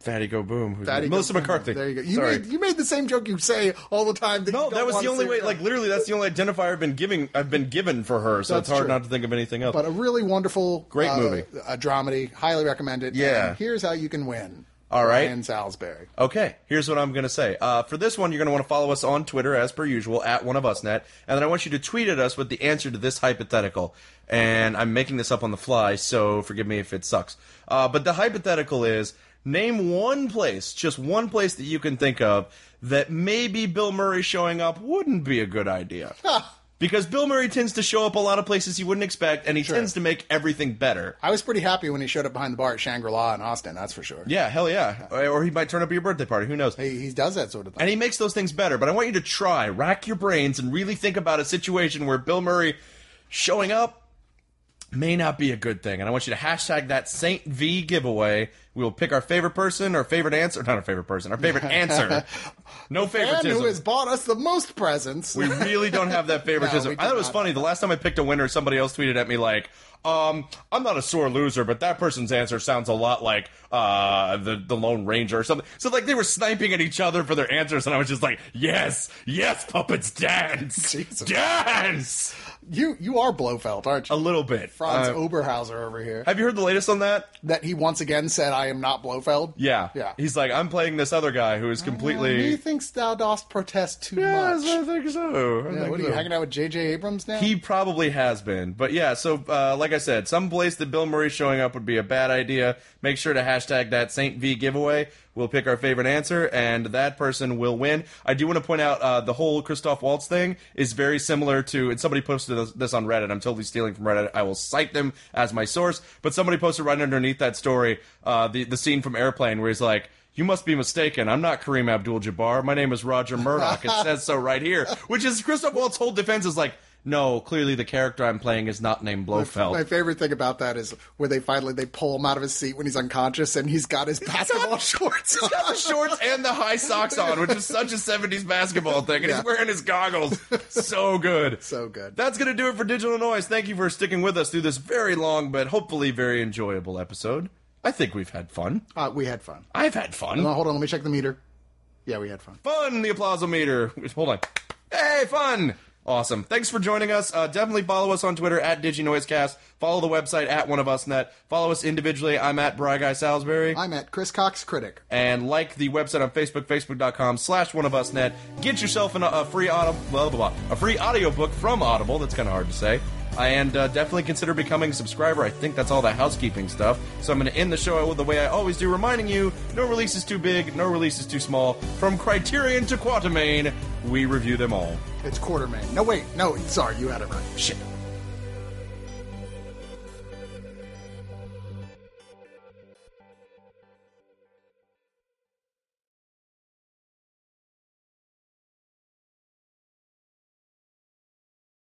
Fatty Go Boom. who's-
Fatty
Melissa
Goes-
McCarthy.
There you go. You
Sorry.
made you made the same joke you say all the time. That
no,
you don't
that was
wanna
the only
say
way.
it.
Like literally, that's the only identifier I've been giving. I've been given for her. So
That's
it's hard
true.
not to think of anything else.
But a really wonderful,
Great
uh,
movie.
a dramedy. Highly recommend it.
Yeah.
And here's how you can win.
All right.
Ryan Salisbury.
Okay, here's what I'm going to say. Uh, for this one, you're going to want to follow us on Twitter, as per usual, at one of us net, and then I want you to tweet at us with the answer to this hypothetical. And I'm making this up on the fly, so forgive me if it sucks. Uh, but the hypothetical is name one place, just one place that you can think of that maybe Bill Murray showing up wouldn't be a good idea. because Bill Murray tends to show up a lot of places you wouldn't expect, and he tends to make everything better.
I was pretty happy when he showed up behind the bar at Shangri La in Austin. That's for sure.
Yeah, hell yeah. Or or he might turn up at your birthday party, who knows?
He, he does that sort of thing.
and he makes those things better. But I want you to try, rack your brains, and really think about a situation where Bill Murray showing up may not be a good thing. And I want you to hashtag that Saint V giveaway. We will pick our favorite person, our favorite answer, not our favorite person, our favorite answer. No
And
favoritism.
who has bought us the most presents?
We really don't have that favoritism.
No, we do
I thought it was
not.
funny. The last time I picked a winner, somebody else tweeted at me like, um, "I'm not a sore loser, but that person's answer sounds a lot like uh, the the Lone Ranger or something." So like they were sniping at each other for their answers, and I was just like, "Yes, yes, puppets dance,
Jesus.
dance
you you are Blofeld, aren't
a
you?
little bit."
Franz
Uh,
Oberhauser over here.
have you heard the latest on that?
that he once again said, I I am not Blofeld.
Yeah.
Yeah.
He's like, I'm playing this other guy who is completely.
He thinks thou dost protest too
Yes,
much.
I think so. I
Yeah,
think
what are you
so.
hanging out with J.J. Abrams now?
He probably has been, but yeah. So, uh, like I said, some place that Bill Murray showing up would be a bad idea. Make sure to hashtag that Saint V giveaway. We'll pick our favorite answer, and that person will win. I do want to point out uh, the whole Christoph Waltz thing is very similar to, and somebody posted this- this on Reddit. I'm totally stealing from Reddit. I will cite them as my source, but somebody posted right underneath that story uh, the the scene from Airplane where he's like. You must be mistaken. I'm not Kareem Abdul-Jabbar. My name is Roger Murdoch. It says so right here, which is Christoph Waltz's whole defense is like, no, clearly the character I'm playing is not named Blofeld.
My favorite thing about that is where they finally they pull him out of his seat when he's unconscious and he's got his basketball shorts.
He's
on.
got the shorts and the high socks on, which is such a 70s basketball thing. And he's wearing his goggles. So good.
So good.
That's going to do it for Digital Noise. Thank you for sticking with us through this very long, but hopefully very enjoyable episode. I think we've had fun.
Uh, we had fun.
I've had fun.
Oh, hold on, let me check the meter. Yeah, we had fun.
fun the applause meter hold on hey fun awesome thanks for joining us uh, definitely follow us on twitter at diginoisecast follow the website at one of us net follow us individually i'm at bry guy salisbury
I'm at Chris Cox Critic.
and like the website on facebook facebook.com slash one of us net get yourself an, a free audio blah, blah, blah, a free audiobook from audible that's kind of hard to say and uh, definitely consider becoming a subscriber. I think that's all the housekeeping stuff. So I'm going to end the show the way I always do, reminding you no release is too big, no release is too small. From Criterion to Quatermain, we review them all.
It's Quarterman. No, wait, no, sorry, you had it right.
Shit.